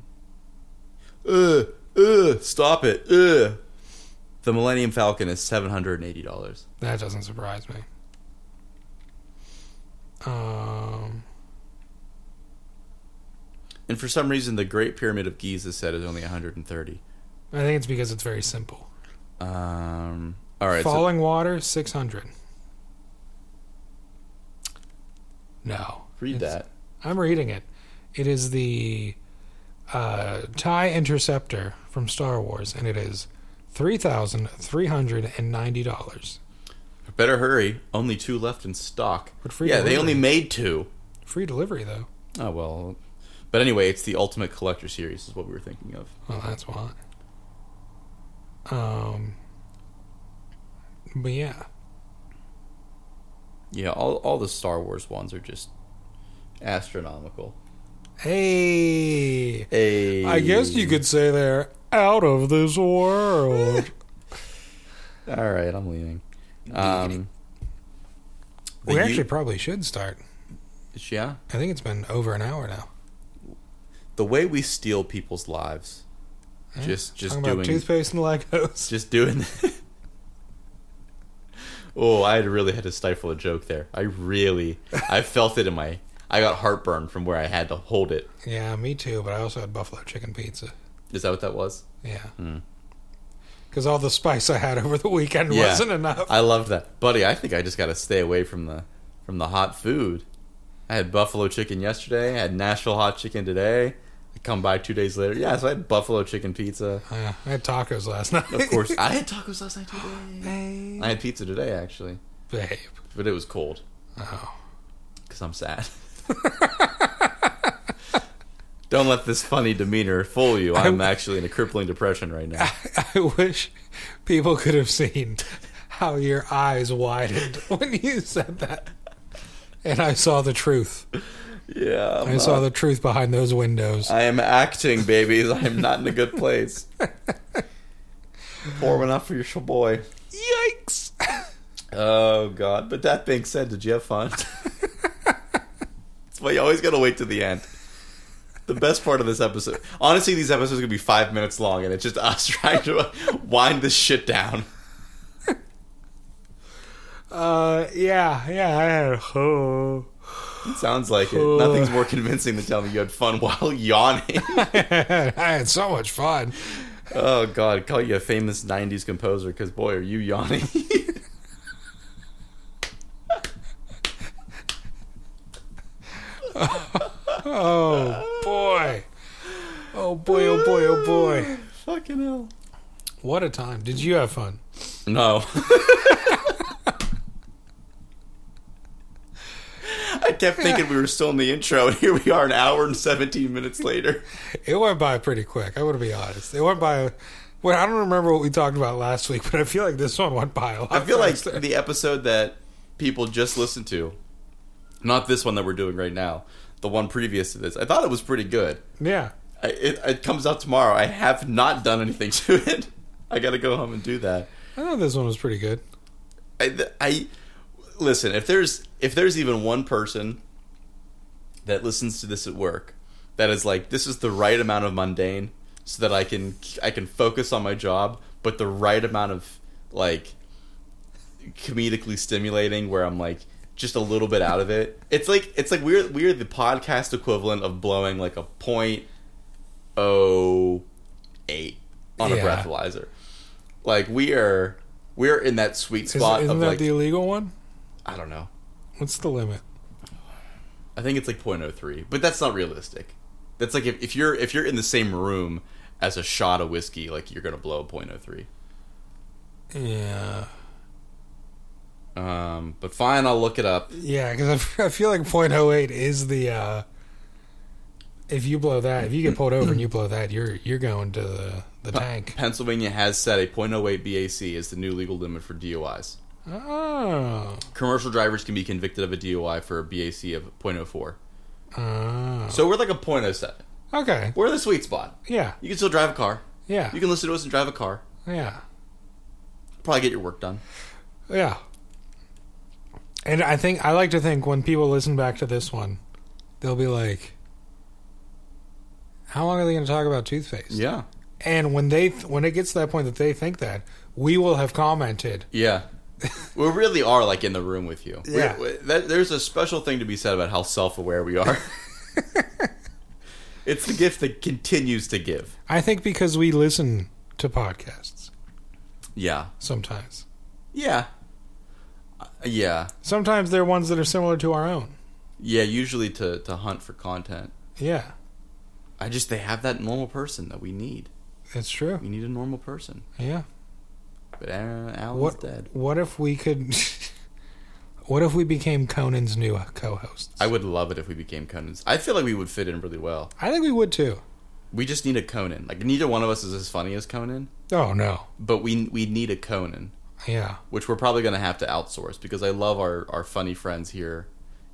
[SPEAKER 1] Uh, uh, stop it. Uh. The Millennium Falcon is seven hundred and eighty dollars.
[SPEAKER 2] That doesn't surprise me. Um,
[SPEAKER 1] And for some reason, the Great Pyramid of Giza set is only one hundred and thirty.
[SPEAKER 2] I think it's because it's very simple.
[SPEAKER 1] Um. All right. So,
[SPEAKER 2] Falling water, six hundred. No.
[SPEAKER 1] read
[SPEAKER 2] It's-
[SPEAKER 1] that.
[SPEAKER 2] I'm reading it. It is the uh, TIE Interceptor from Star Wars, and it is $3,390.
[SPEAKER 1] Better hurry. Only two left in stock.
[SPEAKER 2] But free
[SPEAKER 1] Yeah, they
[SPEAKER 2] delivery.
[SPEAKER 1] only made two.
[SPEAKER 2] Free delivery, though.
[SPEAKER 1] Oh well. But anyway, it's the Ultimate Collector Series is what we were thinking of.
[SPEAKER 2] Well, that's why. Um, but yeah.
[SPEAKER 1] Yeah, all all the Star Wars ones are just astronomical.
[SPEAKER 2] Hey!
[SPEAKER 1] Hey.
[SPEAKER 2] I guess you could say they're out of this world.
[SPEAKER 1] All right, I'm leaving. Um,
[SPEAKER 2] we
[SPEAKER 1] the
[SPEAKER 2] actually
[SPEAKER 1] U-
[SPEAKER 2] probably should start.
[SPEAKER 1] yeah.
[SPEAKER 2] I think it's been over an hour now.
[SPEAKER 1] the way we steal people's lives. Just just
[SPEAKER 2] Talking about
[SPEAKER 1] doing
[SPEAKER 2] toothpaste and Legos.
[SPEAKER 1] just doing oh i had really had to stifle a joke there i really i felt it in my i got heartburn from where i had to hold it
[SPEAKER 2] Yeah, me too. But I also had buffalo chicken pizza.
[SPEAKER 1] is that what that was
[SPEAKER 2] Yeah.
[SPEAKER 1] Hmm.
[SPEAKER 2] Because all the spice I had over the weekend
[SPEAKER 1] Yeah.
[SPEAKER 2] wasn't enough.
[SPEAKER 1] i loved that buddy i think i just gotta stay away from the from the hot food i had buffalo chicken yesterday i had nashville hot chicken today i come by two days later yeah so i had buffalo chicken pizza
[SPEAKER 2] Yeah, Uh, I had tacos last night.
[SPEAKER 1] of course i had tacos last night today
[SPEAKER 2] babe.
[SPEAKER 1] i had pizza today actually
[SPEAKER 2] Babe.
[SPEAKER 1] but it was cold
[SPEAKER 2] Oh.
[SPEAKER 1] because I'm sad. Don't let this funny demeanor fool you. I'm actually in a crippling depression right now.
[SPEAKER 2] I wish people could have seen how your eyes widened when you said that. And I saw the truth.
[SPEAKER 1] Yeah, I'm
[SPEAKER 2] I saw the truth behind those windows.
[SPEAKER 1] Uh, I am acting, babies. I am not in a good place. Poor one up for your sh- boy.
[SPEAKER 2] Yikes!
[SPEAKER 1] Oh God! But that being said, did you have fun? That's why you always gotta wait to the end. The best part of this episode, honestly, these episodes are gonna be five minutes long, and it's just us trying to wind this shit down.
[SPEAKER 2] Uh, yeah, yeah, I had a oh,
[SPEAKER 1] Sounds like it. Nothing's more convincing than telling me you had fun while yawning.
[SPEAKER 2] I had so much fun.
[SPEAKER 1] oh God, call you a famous '90s composer because boy, are you yawning.
[SPEAKER 2] Oh boy. Oh boy, oh boy, oh boy.
[SPEAKER 1] Fucking hell.
[SPEAKER 2] What a time. Did you have fun?
[SPEAKER 1] No. I kept thinking we were still in the intro, and here we are, an hour and 17 minutes later.
[SPEAKER 2] It went by pretty quick. I want to be honest. It went by. Well, I don't remember what we talked about last week, but I feel like this one went by a lot.
[SPEAKER 1] I feel like
[SPEAKER 2] faster.
[SPEAKER 1] the episode that people just listened to, not this one that we're doing right now, the one previous to this, I thought it was pretty good.
[SPEAKER 2] yeah.
[SPEAKER 1] I, it, it comes out tomorrow. I have not done anything to it. I got to go home and do that.
[SPEAKER 2] I thought this one was pretty good.
[SPEAKER 1] I, I listen. If there's if there's even one person that listens to this at work, that is like this is the right amount of mundane so that I can I can focus on my job, but the right amount of like comedically stimulating where I'm like just a little bit out of it. It's like it's like we're we're the podcast equivalent of blowing like a point oh eight on a
[SPEAKER 2] Yeah.
[SPEAKER 1] breathalyzer. Like we are we're in that sweet
[SPEAKER 2] Is,
[SPEAKER 1] spot
[SPEAKER 2] isn't
[SPEAKER 1] of
[SPEAKER 2] that
[SPEAKER 1] like
[SPEAKER 2] the illegal one?
[SPEAKER 1] I don't know.
[SPEAKER 2] What's the limit?
[SPEAKER 1] I think it's like 0.03, but that's not realistic. That's like if, if you're if you're in the same room as a shot of whiskey, like you're gonna blow a 0.03.
[SPEAKER 2] Yeah.
[SPEAKER 1] Um, but fine, I'll look it up.
[SPEAKER 2] Yeah, because I, feel like .08 is the. uh If you blow that, if you get pulled over and you blow that, you're you're going to the, the tank.
[SPEAKER 1] Pennsylvania has set a 0.08 BAC as the new legal limit for DUIs.
[SPEAKER 2] Oh.
[SPEAKER 1] Commercial drivers can be convicted of a DUI for a BAC of 0.04.
[SPEAKER 2] Oh.
[SPEAKER 1] So we're like a 0.07.
[SPEAKER 2] Okay.
[SPEAKER 1] We're in the sweet spot.
[SPEAKER 2] Yeah.
[SPEAKER 1] You can still drive a car.
[SPEAKER 2] Yeah.
[SPEAKER 1] You can listen to us and drive a car.
[SPEAKER 2] Yeah.
[SPEAKER 1] Probably get your work done.
[SPEAKER 2] Yeah. And I think I like to think when people listen back to this one, they'll be like, "How long are they going to talk about toothpaste?"
[SPEAKER 1] Yeah.
[SPEAKER 2] And when they when it gets to that point that they think that, we will have commented.
[SPEAKER 1] Yeah. we really are like in the room with you. We-
[SPEAKER 2] Yeah.
[SPEAKER 1] we- that, there's a special thing to be said about how self aware we are. it's the gift that continues to give.
[SPEAKER 2] I think because we listen to podcasts
[SPEAKER 1] Yeah.
[SPEAKER 2] sometimes.
[SPEAKER 1] Yeah. Uh, Yeah.
[SPEAKER 2] Sometimes they're ones that are similar to our own.
[SPEAKER 1] Yeah, usually to, to hunt for content.
[SPEAKER 2] Yeah,
[SPEAKER 1] I just, they have that normal person that we need.
[SPEAKER 2] it's true.
[SPEAKER 1] We need a normal person.
[SPEAKER 2] Yeah.
[SPEAKER 1] But Aaron, Alan's
[SPEAKER 2] What
[SPEAKER 1] dead.
[SPEAKER 2] what if we could What if we became Conan's new co-hosts?
[SPEAKER 1] I would love it if we became Conan's. I feel like we would fit in really well.
[SPEAKER 2] I think we would too.
[SPEAKER 1] We just need a Conan. Like, neither one of us is as funny as Conan,
[SPEAKER 2] Oh no.
[SPEAKER 1] but we, we need a Conan.
[SPEAKER 2] Yeah.
[SPEAKER 1] which we're probably going to have to outsource because I love our, our funny friends here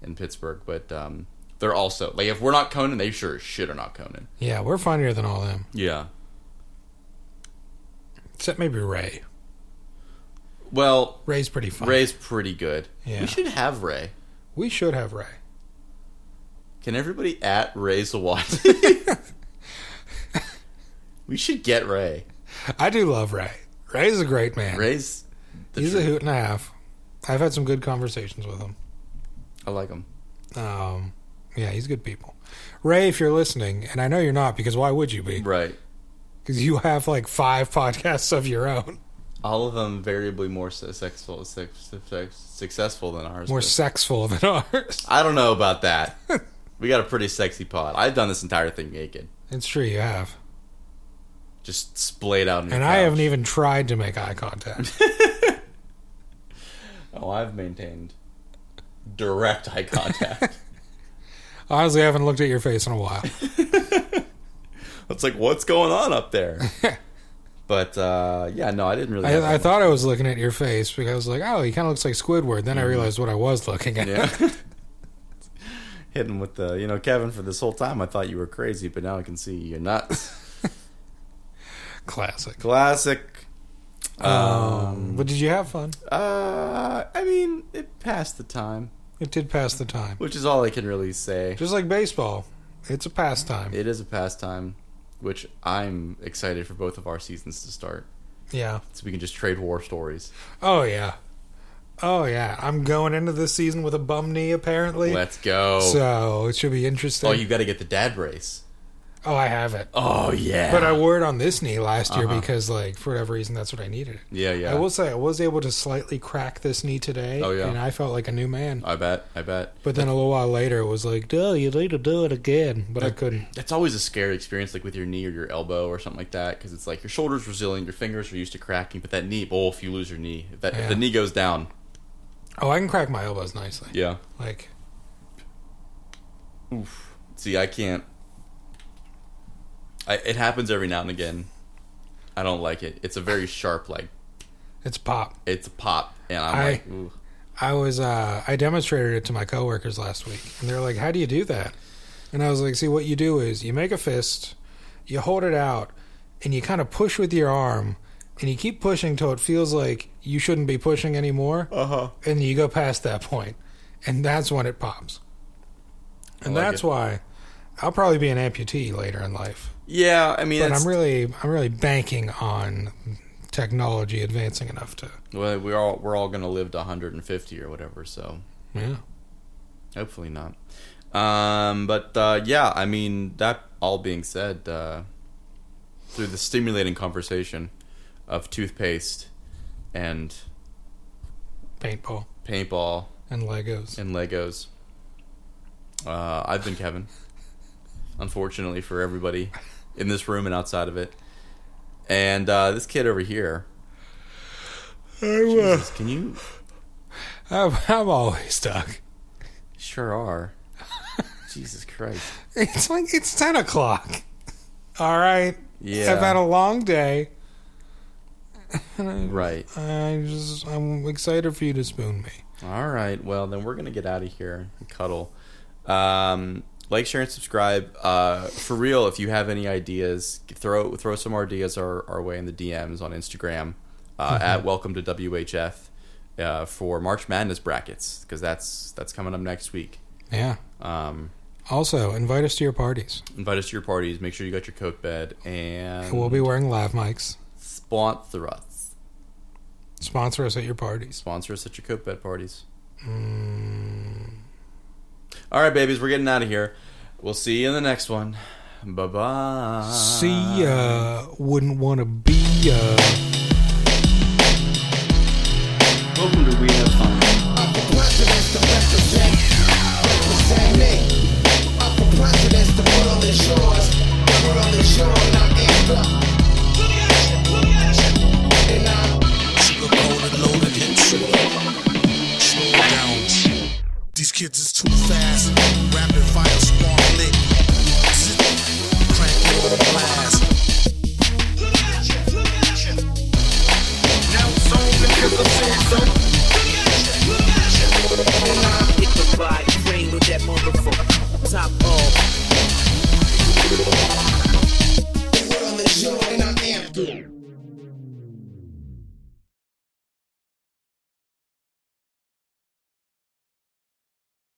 [SPEAKER 1] in Pittsburgh, but um, they're also like if we're not Conan, they sure as shit are not Conan.
[SPEAKER 2] Yeah, we're funnier than all them.
[SPEAKER 1] Yeah.
[SPEAKER 2] Except maybe Ray.
[SPEAKER 1] Well,
[SPEAKER 2] Ray's pretty funny.
[SPEAKER 1] Ray's pretty good.
[SPEAKER 2] Yeah.
[SPEAKER 1] We should have Ray.
[SPEAKER 2] We should have Ray.
[SPEAKER 1] Can everybody at Ray Zawadi? We should get Ray.
[SPEAKER 2] I do love Ray. Ray's a great man.
[SPEAKER 1] Ray's the
[SPEAKER 2] He's a
[SPEAKER 1] truth.
[SPEAKER 2] hoot and a half. I've had some good conversations with him.
[SPEAKER 1] I like him.
[SPEAKER 2] Um, yeah, he's good people. Ray, if you're listening, and I know you're not because why would you be?
[SPEAKER 1] Right.
[SPEAKER 2] Because you have like five podcasts of your own,
[SPEAKER 1] All of them variably more successful, suc- suc- successful than ours.
[SPEAKER 2] more
[SPEAKER 1] but-
[SPEAKER 2] sexful than ours.
[SPEAKER 1] I don't know about that. we got a pretty sexy pod. I've done this entire thing naked,
[SPEAKER 2] It's true, you have.
[SPEAKER 1] just splayed out. On your
[SPEAKER 2] And I haven't
[SPEAKER 1] couch.
[SPEAKER 2] even tried to make eye contact.
[SPEAKER 1] Oh, I've maintained direct eye contact.
[SPEAKER 2] Honestly, I haven't looked at your face in a while.
[SPEAKER 1] it's like, what's going on up there? but uh, yeah, no, I didn't really. have that
[SPEAKER 2] I, I
[SPEAKER 1] much-
[SPEAKER 2] thought I was looking at your face because I was like, oh, he kind of looks like Squidward. Then I realized what I was looking at.
[SPEAKER 1] Mm-hmm. Yeah. Hitting with the, you know, Kevin, for this whole time I thought you were crazy, but now I can see you're not.
[SPEAKER 2] Classic.
[SPEAKER 1] Classic.
[SPEAKER 2] Um,
[SPEAKER 1] Mm-hmm.
[SPEAKER 2] but did you have fun?
[SPEAKER 1] Uh, I mean, it passed the time,
[SPEAKER 2] It did pass the time.
[SPEAKER 1] which is all I can really say.
[SPEAKER 2] Just like baseball, it's a pastime.
[SPEAKER 1] It is a pastime, which I'm excited for both of our seasons to start.
[SPEAKER 2] yeah.
[SPEAKER 1] So we can just trade war stories.
[SPEAKER 2] Oh yeah. Oh yeah. I'm going into this season with a bum knee apparently.
[SPEAKER 1] Let's go.
[SPEAKER 2] So it should be interesting.
[SPEAKER 1] oh,
[SPEAKER 2] Oh,
[SPEAKER 1] you got to get the dad brace.
[SPEAKER 2] I have it.
[SPEAKER 1] Oh, yeah. Uh-huh.
[SPEAKER 2] But I wore it on this knee last year because like for whatever reason that's what I needed.
[SPEAKER 1] yeah, yeah.
[SPEAKER 2] I will say I was able to slightly crack this knee today.
[SPEAKER 1] Oh, yeah.
[SPEAKER 2] And I felt like a new man.
[SPEAKER 1] I bet. I bet.
[SPEAKER 2] But then a little while later it was like, duh, you need to do it again. But I couldn't.
[SPEAKER 1] That's always a scary experience, like with your knee or your elbow or something like that, because it's like your shoulder's resilient, your fingers are used to cracking, but that knee, oh, if you lose your knee, if, that, if
[SPEAKER 2] Yeah.
[SPEAKER 1] the knee goes down,
[SPEAKER 2] Oh, I can crack my elbows nicely.
[SPEAKER 1] yeah.
[SPEAKER 2] Like
[SPEAKER 1] Oof. See, I can't. I, it happens every now and again. I don't like it. It's a very sharp, like
[SPEAKER 2] it's pop.
[SPEAKER 1] it's a pop, and I'm
[SPEAKER 2] I-
[SPEAKER 1] like, ooh.
[SPEAKER 2] I was uh, I demonstrated it to my coworkers last week, and they're like, "How do you do that?" And I was like, "See, what you do is you make a fist, you hold it out, and you kind of push with your arm, and you keep pushing till it feels like you shouldn't be pushing anymore,
[SPEAKER 1] uh huh.
[SPEAKER 2] and you go past that point, and that's when it pops. And
[SPEAKER 1] I like
[SPEAKER 2] that's
[SPEAKER 1] it.
[SPEAKER 2] why I'll probably be an amputee later in life,
[SPEAKER 1] Yeah, I mean,
[SPEAKER 2] but
[SPEAKER 1] it's,
[SPEAKER 2] I'm really I'm really banking on technology advancing enough to
[SPEAKER 1] well, we're all we're all gonna live to 150 or whatever, so
[SPEAKER 2] yeah
[SPEAKER 1] hopefully not. Um, but uh, yeah, I mean, that all being said, uh, through the stimulating conversation of toothpaste and
[SPEAKER 2] paintball
[SPEAKER 1] paintball
[SPEAKER 2] and Legos.
[SPEAKER 1] and Legos. Uh, I've been Kevin. Unfortunately for everybody in this room and outside of it, and uh, this kid over here. Jesus, can you?
[SPEAKER 2] I'm, I'm always stuck.
[SPEAKER 1] Sure are. Jesus Christ.
[SPEAKER 2] It's like it's ten o'clock. All right,
[SPEAKER 1] Yeah.
[SPEAKER 2] I've had a long day.
[SPEAKER 1] right.
[SPEAKER 2] I just I'm excited for you to spoon me.
[SPEAKER 1] All right. Well, then we're gonna get out of here and cuddle. Um, like, share, and subscribe. Uh, for real, if you have any ideas, throw throw some ideas our, our way in the DMs on Instagram uh, at Welcome to WHF uh, for March Madness brackets because that's that's coming up next week.
[SPEAKER 2] Yeah.
[SPEAKER 1] Um,
[SPEAKER 2] Also, invite us to your parties.
[SPEAKER 1] invite us to your parties. Make sure you got your coat bed and
[SPEAKER 2] We'll be wearing lav mics.
[SPEAKER 1] sponsor us.
[SPEAKER 2] Sponsor us at your parties.
[SPEAKER 1] Sponsor us at your coat bed parties. All right, babies, we're getting out of here. We'll see you in the next one. Bye bye.
[SPEAKER 2] See ya. Wouldn't want to be ya.
[SPEAKER 1] Welcome to We Have Fun.
[SPEAKER 3] These kids is too fast. Rapid fire spark lit. Zip. Crank on the blast. Now it's on because I said so.
[SPEAKER 4] Hit the body frame with that motherfucker. Top off.
[SPEAKER 5] world is yours and I am.